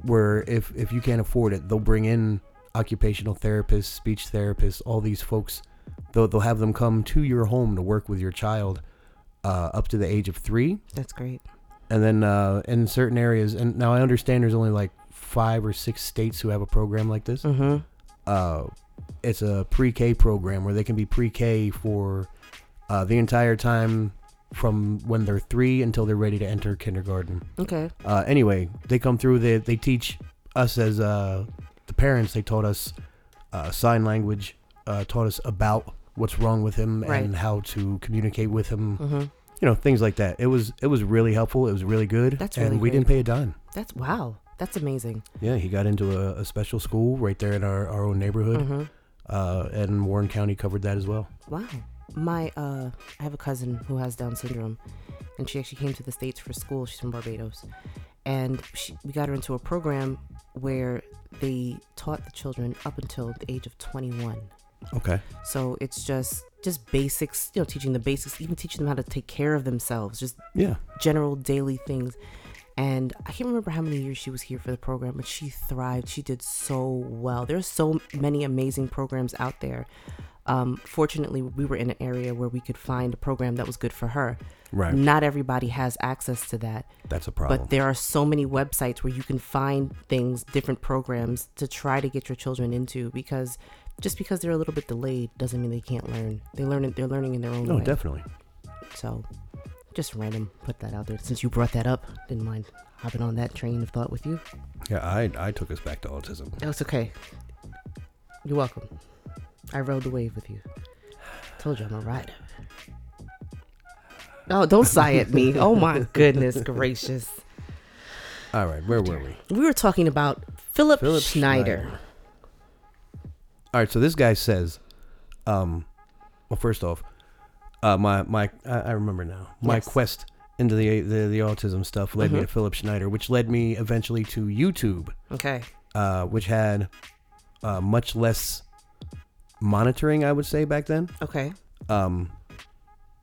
where if if you can't afford it, they'll bring in occupational therapists, speech therapists, all these folks. They'll they'll have them come to your home to work with your child uh, up to the age of three.
That's great.
and then uh, in certain areas and now i understand there's only like five or six states who have a program like this
hmm
uh, it's a pre-k program where they can be pre-k for uh, the entire time from when they're three until they're ready to enter kindergarten
Okay.
uh, anyway they come through they, they teach us as uh, the parents they taught us uh, sign language uh, taught us about what's wrong with him
Right.
and how to communicate with him
hmm
you know things like that it was it was really helpful it was really good
That's
and
really
we
good.
didn't pay a dime
That's wow. That's amazing.
yeah he got into a, a special school right there in our, our own neighborhood
hmm
uh, and warren county covered that as well
Wow. My uh, I have a cousin who has Down syndrome, and she actually came to the states for school. She's from Barbados, and she, we got her into a program where they taught the children up until the age of 21.
okay
So it's just just basics, you know, teaching the basics, even teaching them how to take care of themselves, just
yeah
general daily things. And I can't remember how many years she was here for the program, but she thrived. She did so well. There's so many amazing programs out there. Um, fortunately, we were in an area where we could find a program that was good for her.
right
Not everybody has access to that,
that's a problem
Mm. but there are so many websites where you can find things, different programs to try to get your children into because just because they're a little bit delayed doesn't mean they can't learn. They learn it, they're learning in their own
no
way.
Oh, definitely
So, just random, put that out there. Since you brought that up, didn't mind hopping on that train of thought with you.
yeah i i took us back to autism
That's okay. You're welcome. I rode the wave with you. Told you I'm a rider. Oh, don't sigh at me. Oh my goodness gracious.
All right, where were we?
We were talking about Philip,
Philip
Schneider.
Schneider. All right, so this guy says, um, well, first off, uh, my my I, I remember now. My
Yes. Mm-hmm.
quest into the the, the autism stuff led me to Philip Schneider, which led me eventually to YouTube,
Okay.
uh, which had uh, much less monitoring, I would say, back then.
Okay.
Um,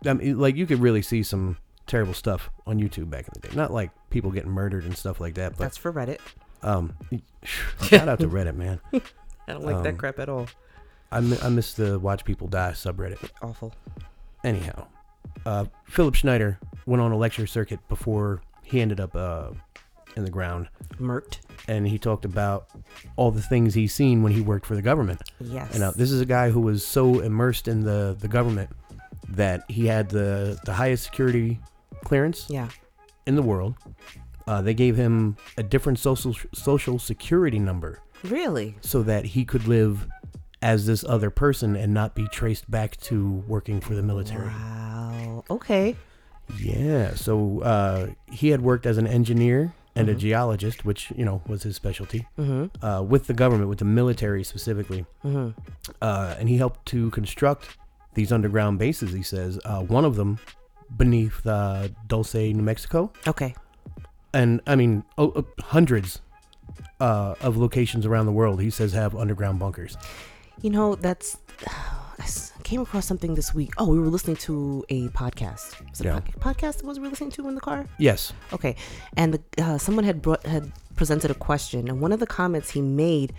I mean, like you could really see some terrible stuff on YouTube back in the day. Not like people getting murdered and stuff like that, but
That's for Reddit.
um, shout out to Reddit, man.
I don't like
Um,
that crap at all.
I, mi- I miss the watch people die subreddit.
Awful.
Anyhow, uh, Philip Schneider went on a lecture circuit before he ended up uh, in the ground,
Murked.
and he talked about all the things he's seen when he worked for the government.
Yes.
And uh, this is a guy who was so immersed in the, the government that he had the, the highest security clearance
yeah.
in the world. Uh, they gave him a different social social security number
Really?
so that he could live as this other person and not be traced back to working for the military.
Wow. Okay.
Yeah. So uh, he had worked as an engineer and a geologist, which you know was his specialty,
Mm-hmm.
uh, with the government, with the military specifically,
Mm-hmm.
uh, and he helped to construct these underground bases. He says uh, one of them beneath uh, Dulce, New Mexico,
Okay.
and I mean oh, uh, hundreds. Uh, of locations around the world, he says have underground bunkers.
You know, that's. I s- came across something this week. Oh, we were listening to a podcast. Was it
Yeah.
a pod- podcast was we listening to in the car?
Yes,
Okay, and the, uh, someone had brought had presented a question, and one of the comments he made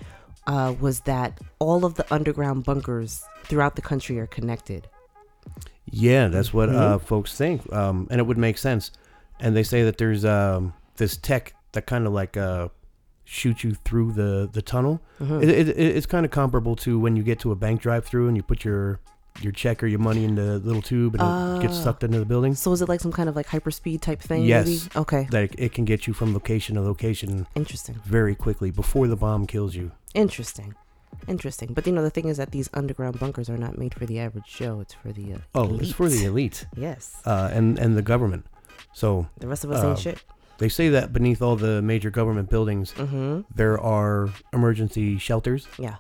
uh, was that all of the underground bunkers throughout the country are connected.
Yeah, that's what
Mm-hmm.
uh, folks think, um, and it would make sense. And they say that there's um, this tech that kind of like uh, shoots you through the the tunnel.
Hmm. Mm-hmm.
It, it, it- it's kind of comparable to when you get to a bank drive-through and you put your your check or your money in the little tube and it gets
Ah.
sucked into the building.
So is it like some kind of like hyperspeed type thing?
Yes.
Maybe? Okay.
That it, it can get you from location to location
Interesting.
very quickly before the bomb kills you.
Interesting. Interesting. But you know the thing is that these underground bunkers are not made for the average Joe. It's for the uh,
Oh, it's for the
elite.
elite
yes.
uh, and and the government. So
The rest of us
uh,
ain't shit.
they say that beneath all the major government buildings,
Mm-hmm.
there are emergency shelters
Yeah.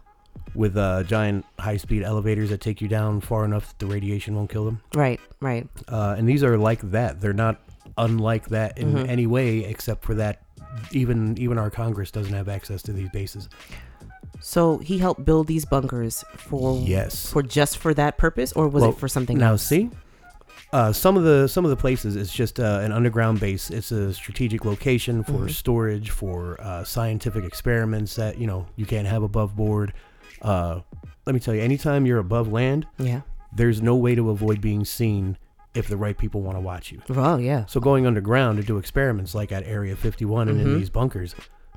with uh, giant high-speed elevators that take you down far enough that the radiation won't kill them.
Right. Right.
Uh, and these are like that. They're not unlike that in
Mhm.
any way, except for that even even our Congress doesn't have access to these bases.
So he helped build these bunkers for
yes.
for just for that purpose, or was
Well,
it for something
Now
else?
see, uh, some of the some of the places it's just uh, an underground base. It's a strategic location for
Mhm.
storage for uh, scientific experiments that you know you can't have above board. Uh, let me tell you, anytime you're above land,
Yeah.
there's no way to avoid being seen if the right people want to watch you.
Oh yeah.
So going underground to do experiments like at Area 51 and in
Mhm.
these bunkers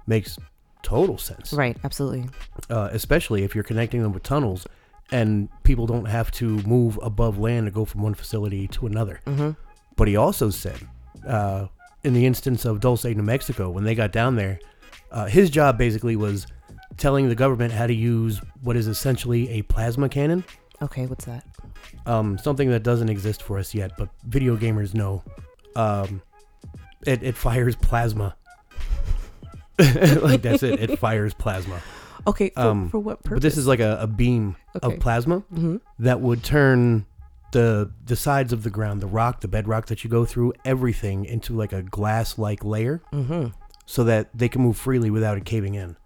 makes total sense,
Right, absolutely.
uh, especially if you're connecting them with tunnels and people don't have to move above land to go from one facility to another.
hmm
But he also said, uh, in the instance of Dulce, New Mexico, when they got down there, uh, his job basically was telling the government how to use what is essentially a plasma cannon
Okay, what's that?
um, something that doesn't exist for us yet, but video gamers know. Um, it, it fires plasma. like that's it. It fires plasma.
Okay, for,
Um,
for what purpose?
But this is like a, a beam
Okay.
of plasma
hmm
that would turn the the sides of the ground, the rock, the bedrock that you go through, everything into like a glass like layer
hmm
so that they can move freely without it caving in.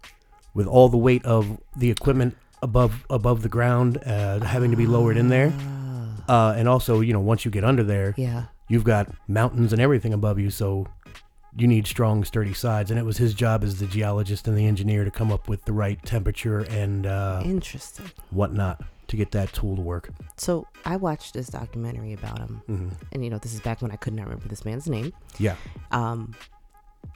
With all the weight of the equipment above above the ground uh, having to be lowered in there.
Ah,
Uh, and also, you know, once you get under there,
yeah.
you've got mountains and everything above you, so you need strong, sturdy sides. And it was his job as the geologist and the engineer to come up with the right temperature and uh,
Interesting.
whatnot to get that tool to work.
So I watched this documentary about him,
Mm-hmm.
and you know, this is back when I could not remember this man's name.
Yeah.
Um,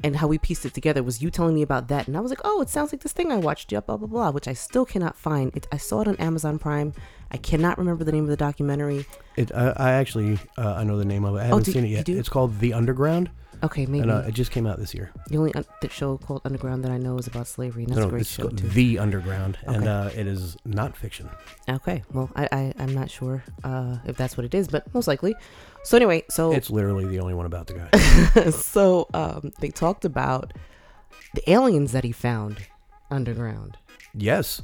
and how we pieced it together was you telling me about that, and I was like, oh, it sounds like this thing I watched, yeah, blah blah blah, which I still cannot find. It, I saw it on Amazon Prime. I cannot remember the name of the documentary.
It, I, I actually uh, I know the name of it. I haven't
Oh, do-
seen it
you
yet.
do?
It's called The Underground.
Okay, maybe
And uh, it just came out this year.
the only un- the show called Underground that I know is about slavery, and that's
No,
a great
it's
show
called
too.
The Underground, and
Okay.
uh, it is not fiction.
okay, well, I, I I'm not sure uh, if that's what it is, but most likely. So anyway, so
It's literally the only one about the guy.
so um, they talked about the aliens that he found underground.
yes.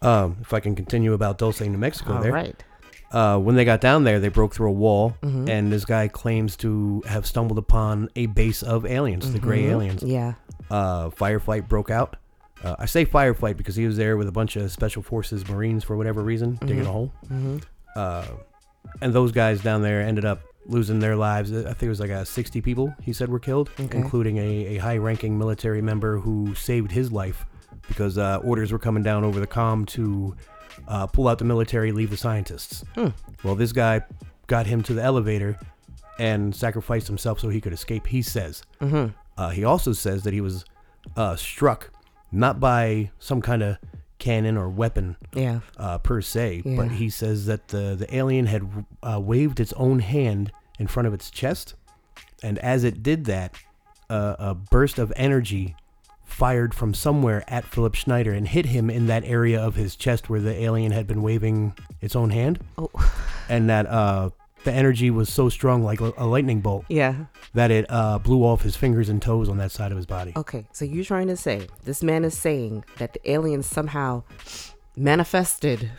Um, if I can continue about Dulce, New Mexico,
All
there.
right. Mm-hmm.
Uh, when they got down there, they broke through a wall, and this guy claims to have stumbled upon a base of aliens, the gray
Mm-hmm.
aliens.
Yeah.
Uh, firefight broke out. Uh, I say firefight because he was there with a bunch of special forces Marines for whatever reason, digging a hole.
hmm
Uh, and those guys down there ended up losing their lives. I think it was like uh, 60 people he said were killed,
Okay.
including a, a high ranking military member who saved his life because uh, orders were coming down over the comm to uh, pull out the military, leave the scientists.
Hmm.
Well, this guy got him to the elevator and sacrificed himself so he could escape, he says.
hmm
Uh, he also says that he was uh, struck not by some kind of cannon or weapon
Yeah.
uh, per se, but
Yeah.
he says that the, the alien had uh, waved its own hand in front of its chest, and as it did that, uh, a burst of energy fired from somewhere at Philip Schneider and hit him in that area of his chest where the alien had been waving its own hand,
Oh.
and that uh, the energy was so strong, like a lightning bolt,
Yeah.
that it uh, blew off his fingers and toes on that side of his body.
Okay. So you're trying to say this man is saying that the aliens somehow manifested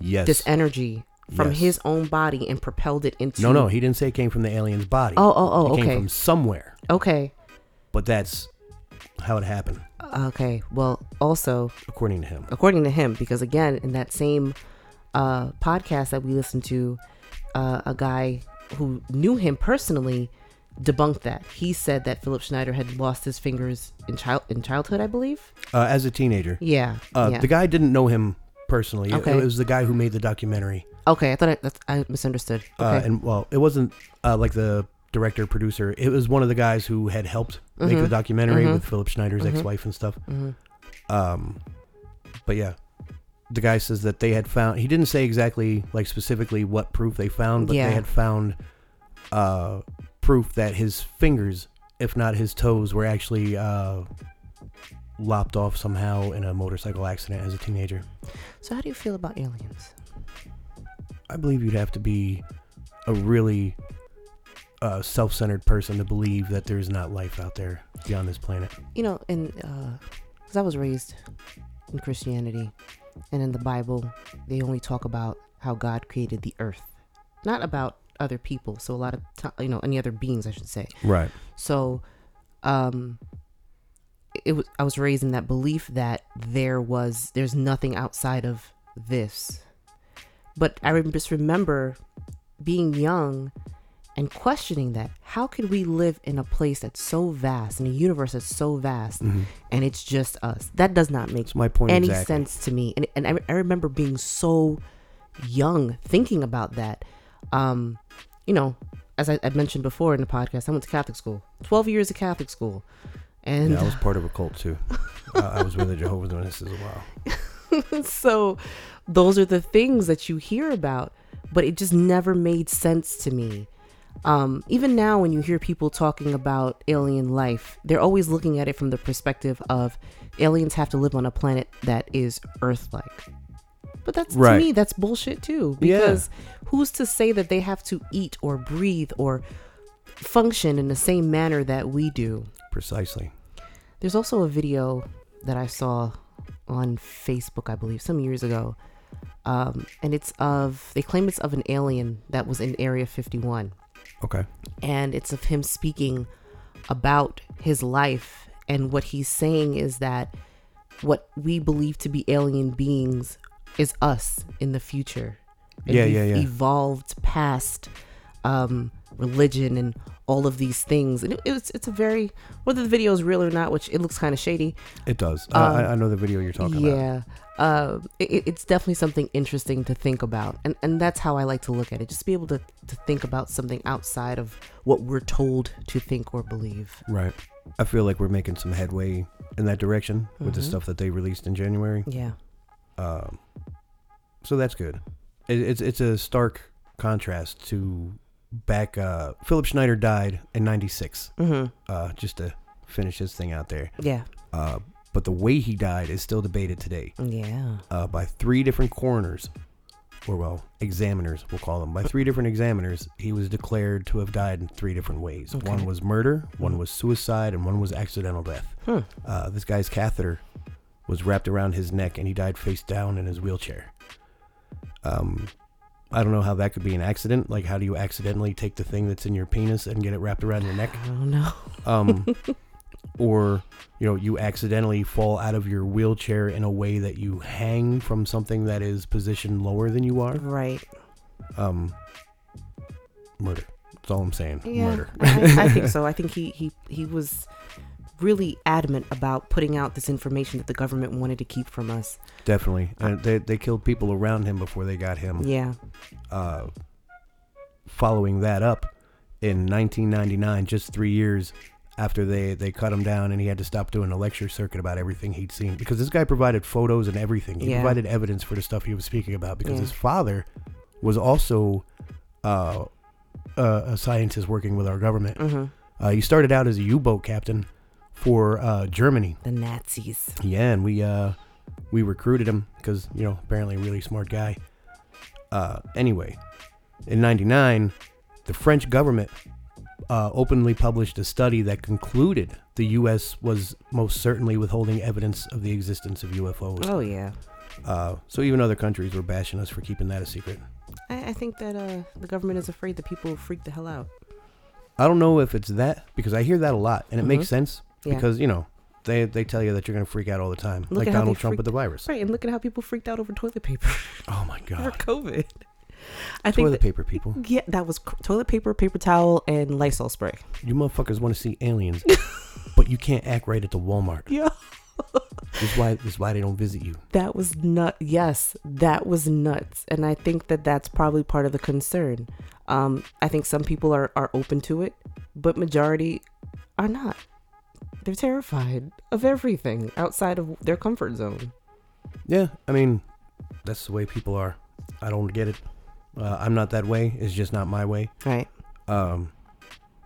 Yes.
this energy from
Yes.
his own body and propelled it into.
no, no, he didn't say it came from the alien's body.
Oh, oh, oh.
it came
Okay.
from somewhere.
okay.
but that's how it happened,
Okay. Well, also,
according to him.
according to him, because again, in that same uh, podcast that we listened to, uh, a guy who knew him personally debunked that. He said that Philip Schneider had lost his fingers in child in childhood, I believe.
Uh, as a teenager,
Yeah.
uh,
yeah.
the guy didn't know him personally. It-
Okay.
It, was the guy who made the documentary,
okay, I thought I, that's, I misunderstood. Okay.
uh, and well, it wasn't uh, like the director producer. It was one of the guys who had helped
Mm-hmm.
make the documentary with Philip Schneider's ex-wife and stuff. Um, but yeah. The guy says that they had found. He didn't say exactly, like specifically, what proof they found, but
Yeah.
they had found uh, proof that his fingers, if not his toes, were actually uh, lopped off somehow in a motorcycle accident as a teenager.
so, how do you feel about aliens?
I believe you'd have to be a really uh, self-centered person to believe that there's not life out there beyond this planet.
You know, in because I was raised in Christianity, and in the Bible, they only talk about how God created the earth, not about other people. So, a lot of time, you know, any other beings, I should say.
Right.
So, um, it was I was raised in that belief that there was there's nothing outside of this. But I rem- just remember being young and questioning that. How could we live in a place that's so vast, in a universe that's so vast, and it's just us? That does not make
That's my point.
any
exactly.
sense to me. And, and I, I remember being so young thinking about that. Um, you know, as I, I mentioned before in the podcast, I went to Catholic school, 12 years of Catholic school. And
Yeah, I was part of a cult too. uh, I was with the Jehovah's Witnesses a while.
so those are the things that you hear about, but it just never made sense to me. Um, even now, when you hear people talking about alien life, they're always looking at it from the perspective of aliens have to live on a planet that is Earth like. But that's
Right.
to me, that's bullshit too.
Yeah.
Because who's to say that they have to eat or breathe or function in the same manner that we do?
Precisely.
There's also a video that I saw on Facebook, I believe, some years ago. Um, and it's of, they claim it's of an alien that was in Area 51.
Okay.
And it's of him speaking about his life. And what he's saying is that what we believe to be alien beings is us in the future. And
Yeah,
we've
yeah, yeah.
Evolved past um, religion and all of these things. And it, it's, it's a very, whether the video is real or not, which it looks kind of shady,
It does. Uh, I, I know the video you're talking about.
Um, yeah. Um, it- it, it's definitely something interesting to think about. And, and that's how I like to look at it. Just be able to, to think about something outside of what we're told to think or believe.
Right. I feel like we're making some headway in that direction with the
Mhm.
stuff that they released in January.
Yeah.
Um, so that's good. It, it's it's a stark contrast to back uh Philip Schneider died in 96
hmm
uh just to finish his thing out there
Yeah.
uh but the way he died is still debated today
Yeah.
uh, by three different coroners or well examiners we'll call them by three different examiners he was declared to have died in three different ways
Okay.
one was murder one
Mhm.
was suicide and one was accidental death
Hmm.
uh, this guy's catheter was wrapped around his neck and he died face down in his wheelchair. Um, I don't know how that could be an accident. Like, how do you accidentally take the thing that's in your penis and get it wrapped around your neck?
I don't know.
Um, or, you know, you accidentally fall out of your wheelchair in a way that you hang from something that is positioned lower than you are.
Right.
Um, murder. That's all I'm saying.
Yeah.
Murder.
I, I think so. I think he, he, he was really adamant about putting out this information that the government wanted to keep from us.
Definitely. And they, they killed people around him before they got him.
Yeah.
uh, following that up in 1999, just three years after they, they cut him down and he had to stop doing a lecture circuit about everything he'd seen because this guy provided photos and everything. He
Yeah.
provided evidence for the stuff he was speaking about because
Yeah.
his father was also uh, uh, a scientist working with our government.
hmm
Uh, he started out as a U boat captain for uh, Germany.
The Nazis.
Yeah, and we uh we recruited him because you know apparently a really smart guy. Uh, anyway, in '99, the French government uh, openly published a study that concluded the U.S. was most certainly withholding evidence of the existence of UFOs.
Oh, yeah.
Uh, so even other countries were bashing us for keeping that a secret.
I, I think that uh, the government is afraid that people will freak the hell out.
I don't know if it's that because I hear that a lot, and it
Mhm.
makes sense
Yeah.
because you know they they tell you that you're gonna freak out all the time,
Look
like
at how they
Donald Trump
freaked-
with the virus.
Right, and look at how people freaked out over toilet paper
Oh my
over
God!
COVID. I think
Toilet paper, people.
that- yeah, that was cr- toilet paper, paper towel, and Lysol spray.
You motherfuckers want to see aliens, but you can't act right at the Walmart.
Yeah,
This is why this is why they don't visit you.
that was nut. Yes, that was nuts, and I think that that's probably part of the concern. Um, I think some people are are open to it, but majority are not. They're terrified of everything outside of their comfort zone.
Yeah, I mean, that's the way people are. I don't get it. Uh, I'm not that way. It's just not my way.
Right.
Um,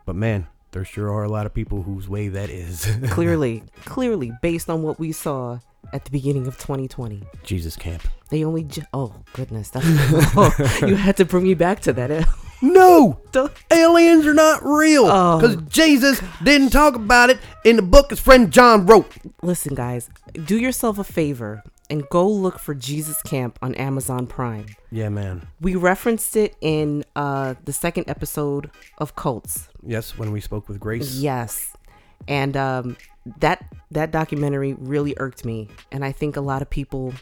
but man, there sure are a lot of people whose way that is.
clearly, clearly, based on what we saw at the beginning of 2020.
Jesus camp.
They only ju- oh goodness, that's oh, you had to bring me back to that.
No,
Don't-
aliens are not real
Oh,
because Jesus didn't talk about it in the book his friend John wrote.
Listen, guys, do yourself a favor and go look for Jesus Camp on Amazon Prime.
Yeah, man.
We referenced it in uh, the second episode of Cults.
Yes, when we spoke with Grace.
Yes, and um, that that documentary really irked me, and I think a lot of people.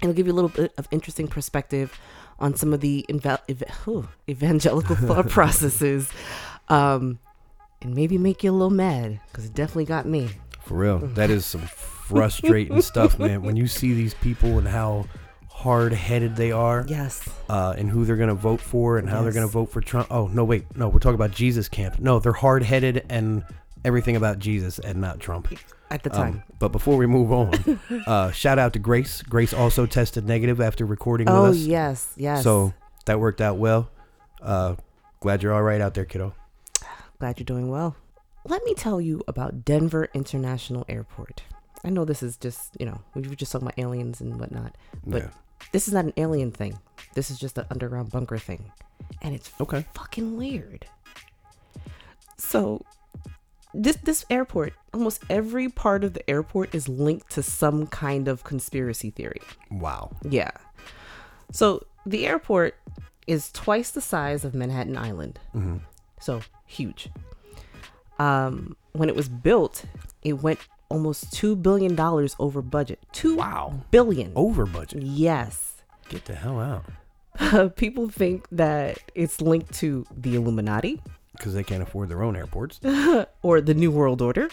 It'll give you a little bit of interesting perspective on some of the inve- ev- whew, evangelical thought processes, um, and maybe make you a little mad because it definitely got me.
For real. That is some frustrating stuff, man. When you see these people and how hard headed they are
Yes,
uh, and who they're going to vote for and how they're
Yes.
going to vote for Trump. Oh, no, wait. No, we're talking about Jesus camp. No, they're hard headed and everything about Jesus and not Trump.
at the time.
Um, but before we move on, uh, shout out to Grace. Grace also tested negative after recording
oh
with us.
yes, yes.
So that worked out well. Uh, glad you're all right out there, kiddo.
Glad you're doing well. Let me tell you about Denver International Airport. I know this is just, you know, we were just talking about aliens and whatnot. But-
yeah.
This is not an alien thing. This is just an underground bunker thing. And it's
Okay.
fucking weird. So this this airport, almost every part of the airport is linked to some kind of conspiracy theory.
Wow.
Yeah. So the airport is twice the size of Manhattan Island.
Mhm.
So huge. Um, when it was built, it went almost two billion dollars over budget. Two
Wow. Oh.
billion.
Over budget.
Yes.
Get the hell out.
Uh, People think that it's linked to the Illuminati
Because they can't afford their own airports.
or the New World Order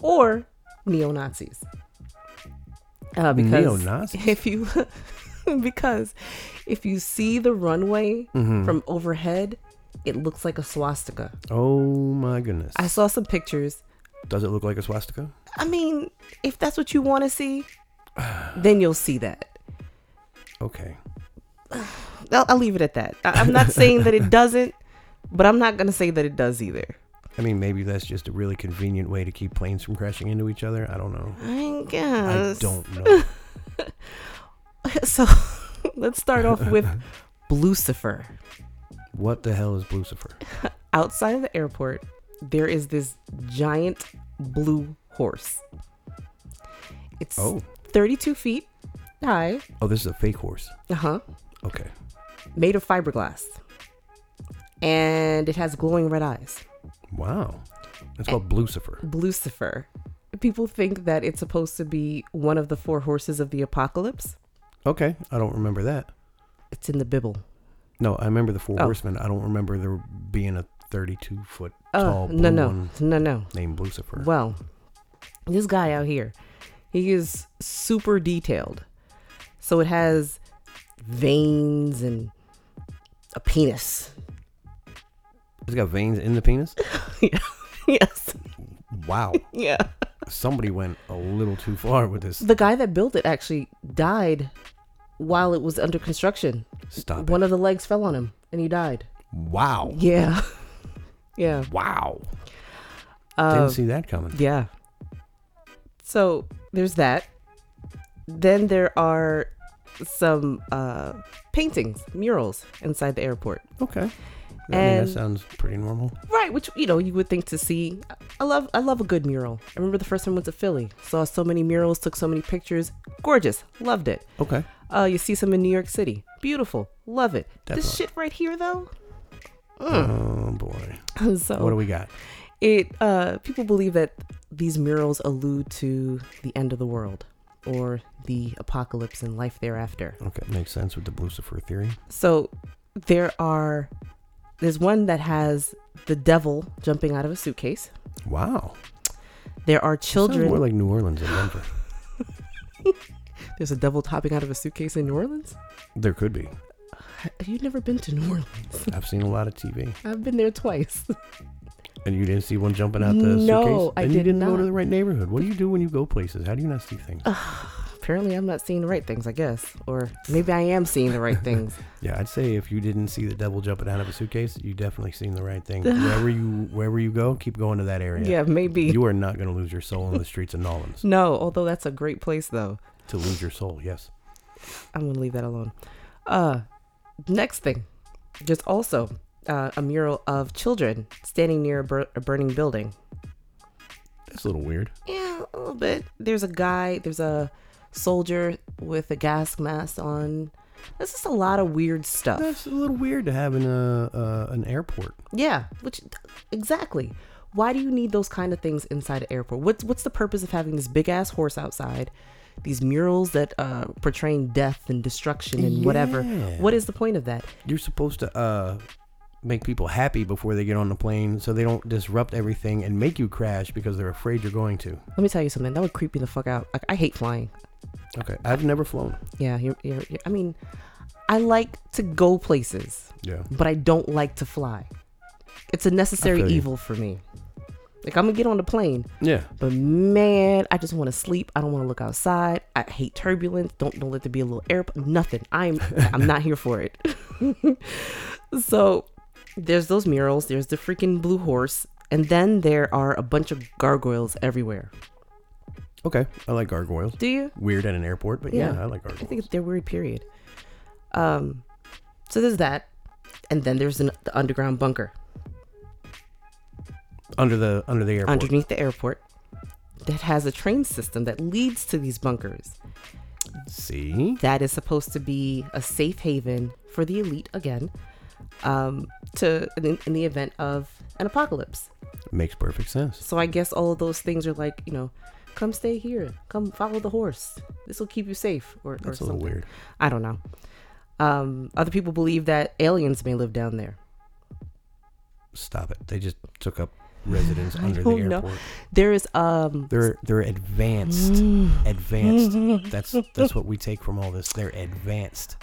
or neo Nazis. Uh, because
Neo-Nazis?
if you because if you see the runway from overhead, it looks like a swastika.
Oh my goodness.
I saw some pictures.
Does it look like a swastika?
I mean, if that's what you want to see, then you'll see that.
Okay.
I'll, I'll leave it at that. I, I'm not saying that it doesn't, but I'm not gonna say that it does either.
I mean, maybe that's just a really convenient way to keep planes from crashing into each other. I don't know.
I
I
guess.
don't know.
So let's start off with Lucifer.
what the hell is Lucifer?
Outside of the airport, there is this giant blue horse. It's
Oh,
32 feet high.
oh, this is a fake horse.
Uh huh.
Okay.
Made of fiberglass. And it has glowing red eyes.
Wow. It's called Lucifer.
Lucifer. People think that it's supposed to be one of the four horses of the apocalypse.
Okay. I don't remember that.
It's in the Bible.
No, I remember the Four
Oh.
Horsemen. I don't remember there being a 32 foot
Oh,
tall blue
no, no,
one
no, no.
named Lucifer.
Well, this guy out here, he is super detailed. So it has veins and a penis.
It's got veins in the penis.
yes.
Wow.
Yeah.
Somebody went a little too far with this.
The guy that built it actually died while it was under construction.
Stop it.
One of the legs fell on him and he died.
Wow.
Yeah. yeah.
Wow.
Um,
Didn't see that coming.
Yeah. So there's that. Then there are some uh, paintings, murals inside the airport.
Okay. I mean, that
and-
sounds pretty normal.
Right, which you know you would think to see. I love I love a good mural. I remember the first time I went to Philly, saw so many murals, took so many pictures. Gorgeous, loved it.
Okay.
Uh, you see some in New York City, beautiful, love it.
Definitely.
This shit right here though. Mm.
Oh boy.
so
What do we got?
it uh, people believe that these murals allude to the end of the world or the apocalypse and life thereafter
Okay, makes sense with the Lucifer theory.
so there are there's one that has the devil jumping out of a suitcase
Wow.
there are
Sounds
children
More like New Orleans than Denver.
there's a devil hopping out of a suitcase in new orleans
there could be.
have you never been to new orleans
I've seen a lot of TV,
i've been there twice
and you didn't see one jumping out the
No,
suitcase.
I
and you
did
didn't go to
not.
the right neighborhood. What do you do when you go places? How do you not see things?
apparently i'm not seeing the right things i guess or maybe i am seeing the right things
Yeah, I'd say if you didn't see the devil jumping out of a suitcase, you definitely seen the right thing. wherever you wherever you go, keep going to that area.
yeah maybe
You are not going to lose your soul on the streets of Nolans.
no although that's a great place though
to lose your soul, yes.
I'm gonna leave that alone. Uh, next thing, just also uh, a mural of children standing near a, bur- a burning building.
That's a little weird.
Yeah, a little bit. There's a guy. There's a soldier with a gas mask on. That's just a lot of weird stuff.
That's a little weird to have in a uh, an airport.
Yeah, which exactly. Why do you need those kind of things inside an airport? What's what's the purpose of having this big ass horse outside? These murals that uh, portraying death and destruction and whatever.
Yeah.
What is the point of that?
You're supposed to uh make people happy before they get on the plane so they don't disrupt everything and make you crash because they're afraid you're going to.
Let me tell you something. That would creep me the fuck out. Like I hate flying.
Okay. I've never flown.
Yeah, you're, you're, you're- I mean, I like to go places,
Yeah.
but I don't like to fly. It's a necessary
feel you.
evil for me. Like I'm gonna get on the plane,
Yeah.
but man, I just want to sleep. I don't want to look outside. I hate turbulence. Don't don't let there be a little air. Nothing. I'm I'm not here for it. so there's those murals. There's the freaking blue horse, and then there are a bunch of gargoyles everywhere.
Okay. I like gargoyles.
Do you?
Weird at an airport, but yeah,
Yeah.
I like gargoyles.
I think it's their weird period. Um, so there's that, and then there's an, the underground bunker
under the under the airport.
underneath the airport that has a train system that leads to these bunkers.
See?
That is supposed to be a safe haven for the elite again, um, to in, in the event of an apocalypse.
Makes perfect sense.
So I guess all of those things are like you know, come stay here, come follow the horse. This will keep you safe, or, or
That's a little
something.
weird.
I don't know. Um, other people believe that aliens may live down there.
Stop it. They just took up residence under the
don't
airport.
know. There is um Mm-hmm.
They're they're advanced.
Mm.
Advanced. that's that's what we take from all this. They're advanced.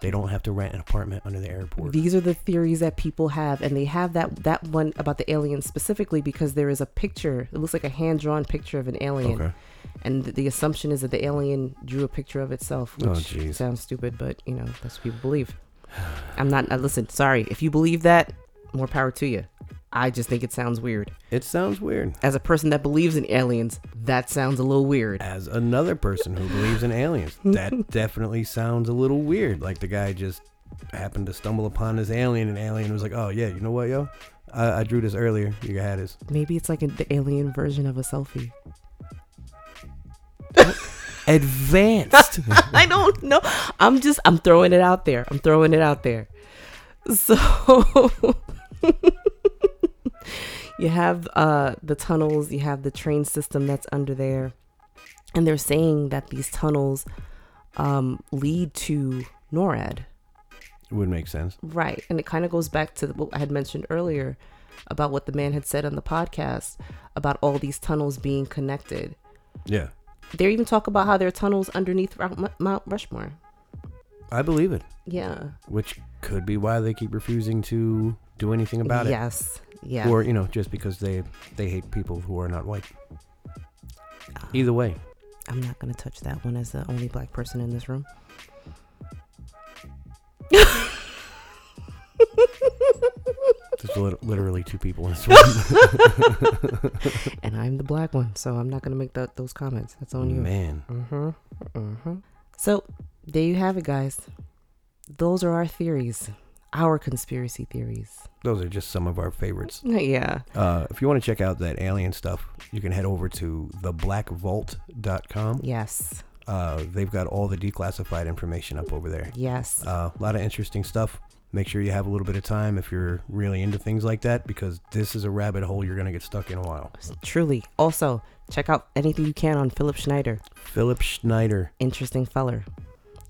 They don't have to rent an apartment under the airport.
these are the theories that people have and they have that that one about the alien specifically because there is a picture it looks like a hand-drawn picture of an alien
Okay.
and th- the assumption is that the alien drew a picture of itself
Oh,
which
jeez.
sounds stupid but you know that's what people believe I'm not. Uh, listen, sorry. If you believe that, more power to you. I just think it sounds weird.
It sounds weird.
As a person that believes in aliens, that sounds a little weird.
As another person who believes in aliens, that definitely sounds a little weird. Like the guy just happened to stumble upon this alien, and alien was like, "Oh yeah, you know what, yo." I, I drew this earlier. You had this.
Maybe it's like a, the alien version of a selfie.
Advanced.
I don't know. I'm just I'm throwing it out there. I'm throwing it out there. So you have uh the tunnels, you have the train system that's under there. And they're saying that these tunnels um lead to NORAD.
it would make sense.
Right. And it kind of goes back to the, what I had mentioned earlier about what the man had said on the podcast about all these tunnels being connected.
Yeah.
They even talk about how there are tunnels underneath Mount Mount Rushmore.
I believe it,
Yeah.
which could be why they keep refusing to do anything about it.
yes. Yeah.
Or, you know, just because they they hate people who are not white. Either way,
I'm not gonna touch that one as the only black person in this room.
there's lit- literally two people in this room.
and I'm the black one, so I'm not gonna make that those comments. That's on you.
Man,
Mm-hmm. Mm-hmm. So there you have it, guys. Those are our theories, our conspiracy theories.
those are just some of our favorites.
Yeah.
Uh, if you want to check out that alien stuff, you can head over to theblackvault.com.
Yes.
Uh, they've got all the declassified information up over there.
Yes.
Uh, a lot of interesting stuff. Make sure you have a little bit of time if you're really into things like that, because this is a rabbit hole you're going to get stuck in a while.
Truly. Also, check out anything you can on Philip Schneider.
Philip Schneider.
Interesting feller.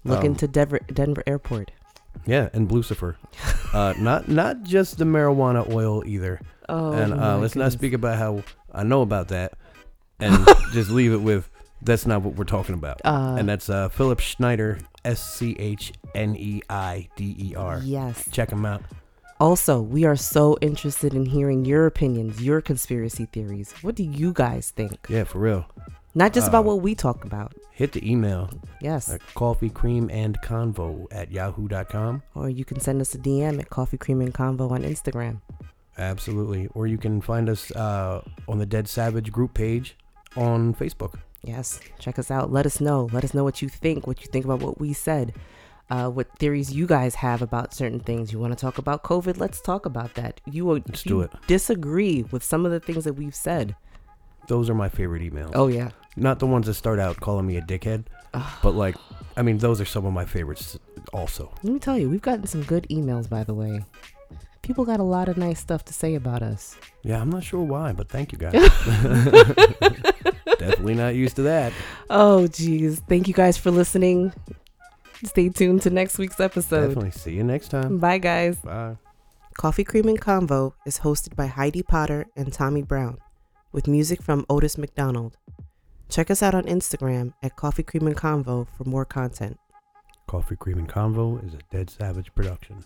Look
Um,
into Denver, Denver Airport.
Yeah, and Lucifer. uh, not not just the marijuana oil either.
Oh,
and uh,
my
let's not
goodness.
speak about how I know about that, and just leave it with that's not what we're talking about.
Uh,
and that's uh, Philip Schneider, S C H N E I D E R.
Yes.
Check him out.
Also, we are so interested in hearing your opinions, your conspiracy theories. What do you guys think?
Yeah, for real.
Not just about
Uh,
what we talk about.
Hit the email
Yes.
at coffee cream and convo at yahoo.com.
or you can send us a DM at Coffee Cream and Convo on Instagram.
Absolutely. Or you can find us uh, on the Dead Savage group page on Facebook.
Yes. Check us out. Let us know. Let us know what you think, what you think about what we said, uh, what theories you guys have about certain things. You want to talk about COVID? Let's talk about that. You, will-
Let's
you
do it.
disagree with some of the things that we've said.
Those are my favorite emails.
Oh, yeah.
Not the ones that start out calling me a dickhead, but like, I mean, those are some of my favorites also.
Let me tell you, we've gotten some good emails, by the way. People got a lot of nice stuff to say about us.
Yeah, I'm not sure why, but thank you guys. Definitely not used to that.
Oh, geez. Thank you guys for listening. Stay tuned to next week's episode.
Definitely see you next time.
Bye, guys.
Bye.
Coffee Cream and Convo is hosted by Heidi Potter and Tommy Brown, with music from Otis McDonald. Check us out on Instagram at Coffee Cream and Convo for more content.
Coffee Cream and Convo is a Dead Savage production.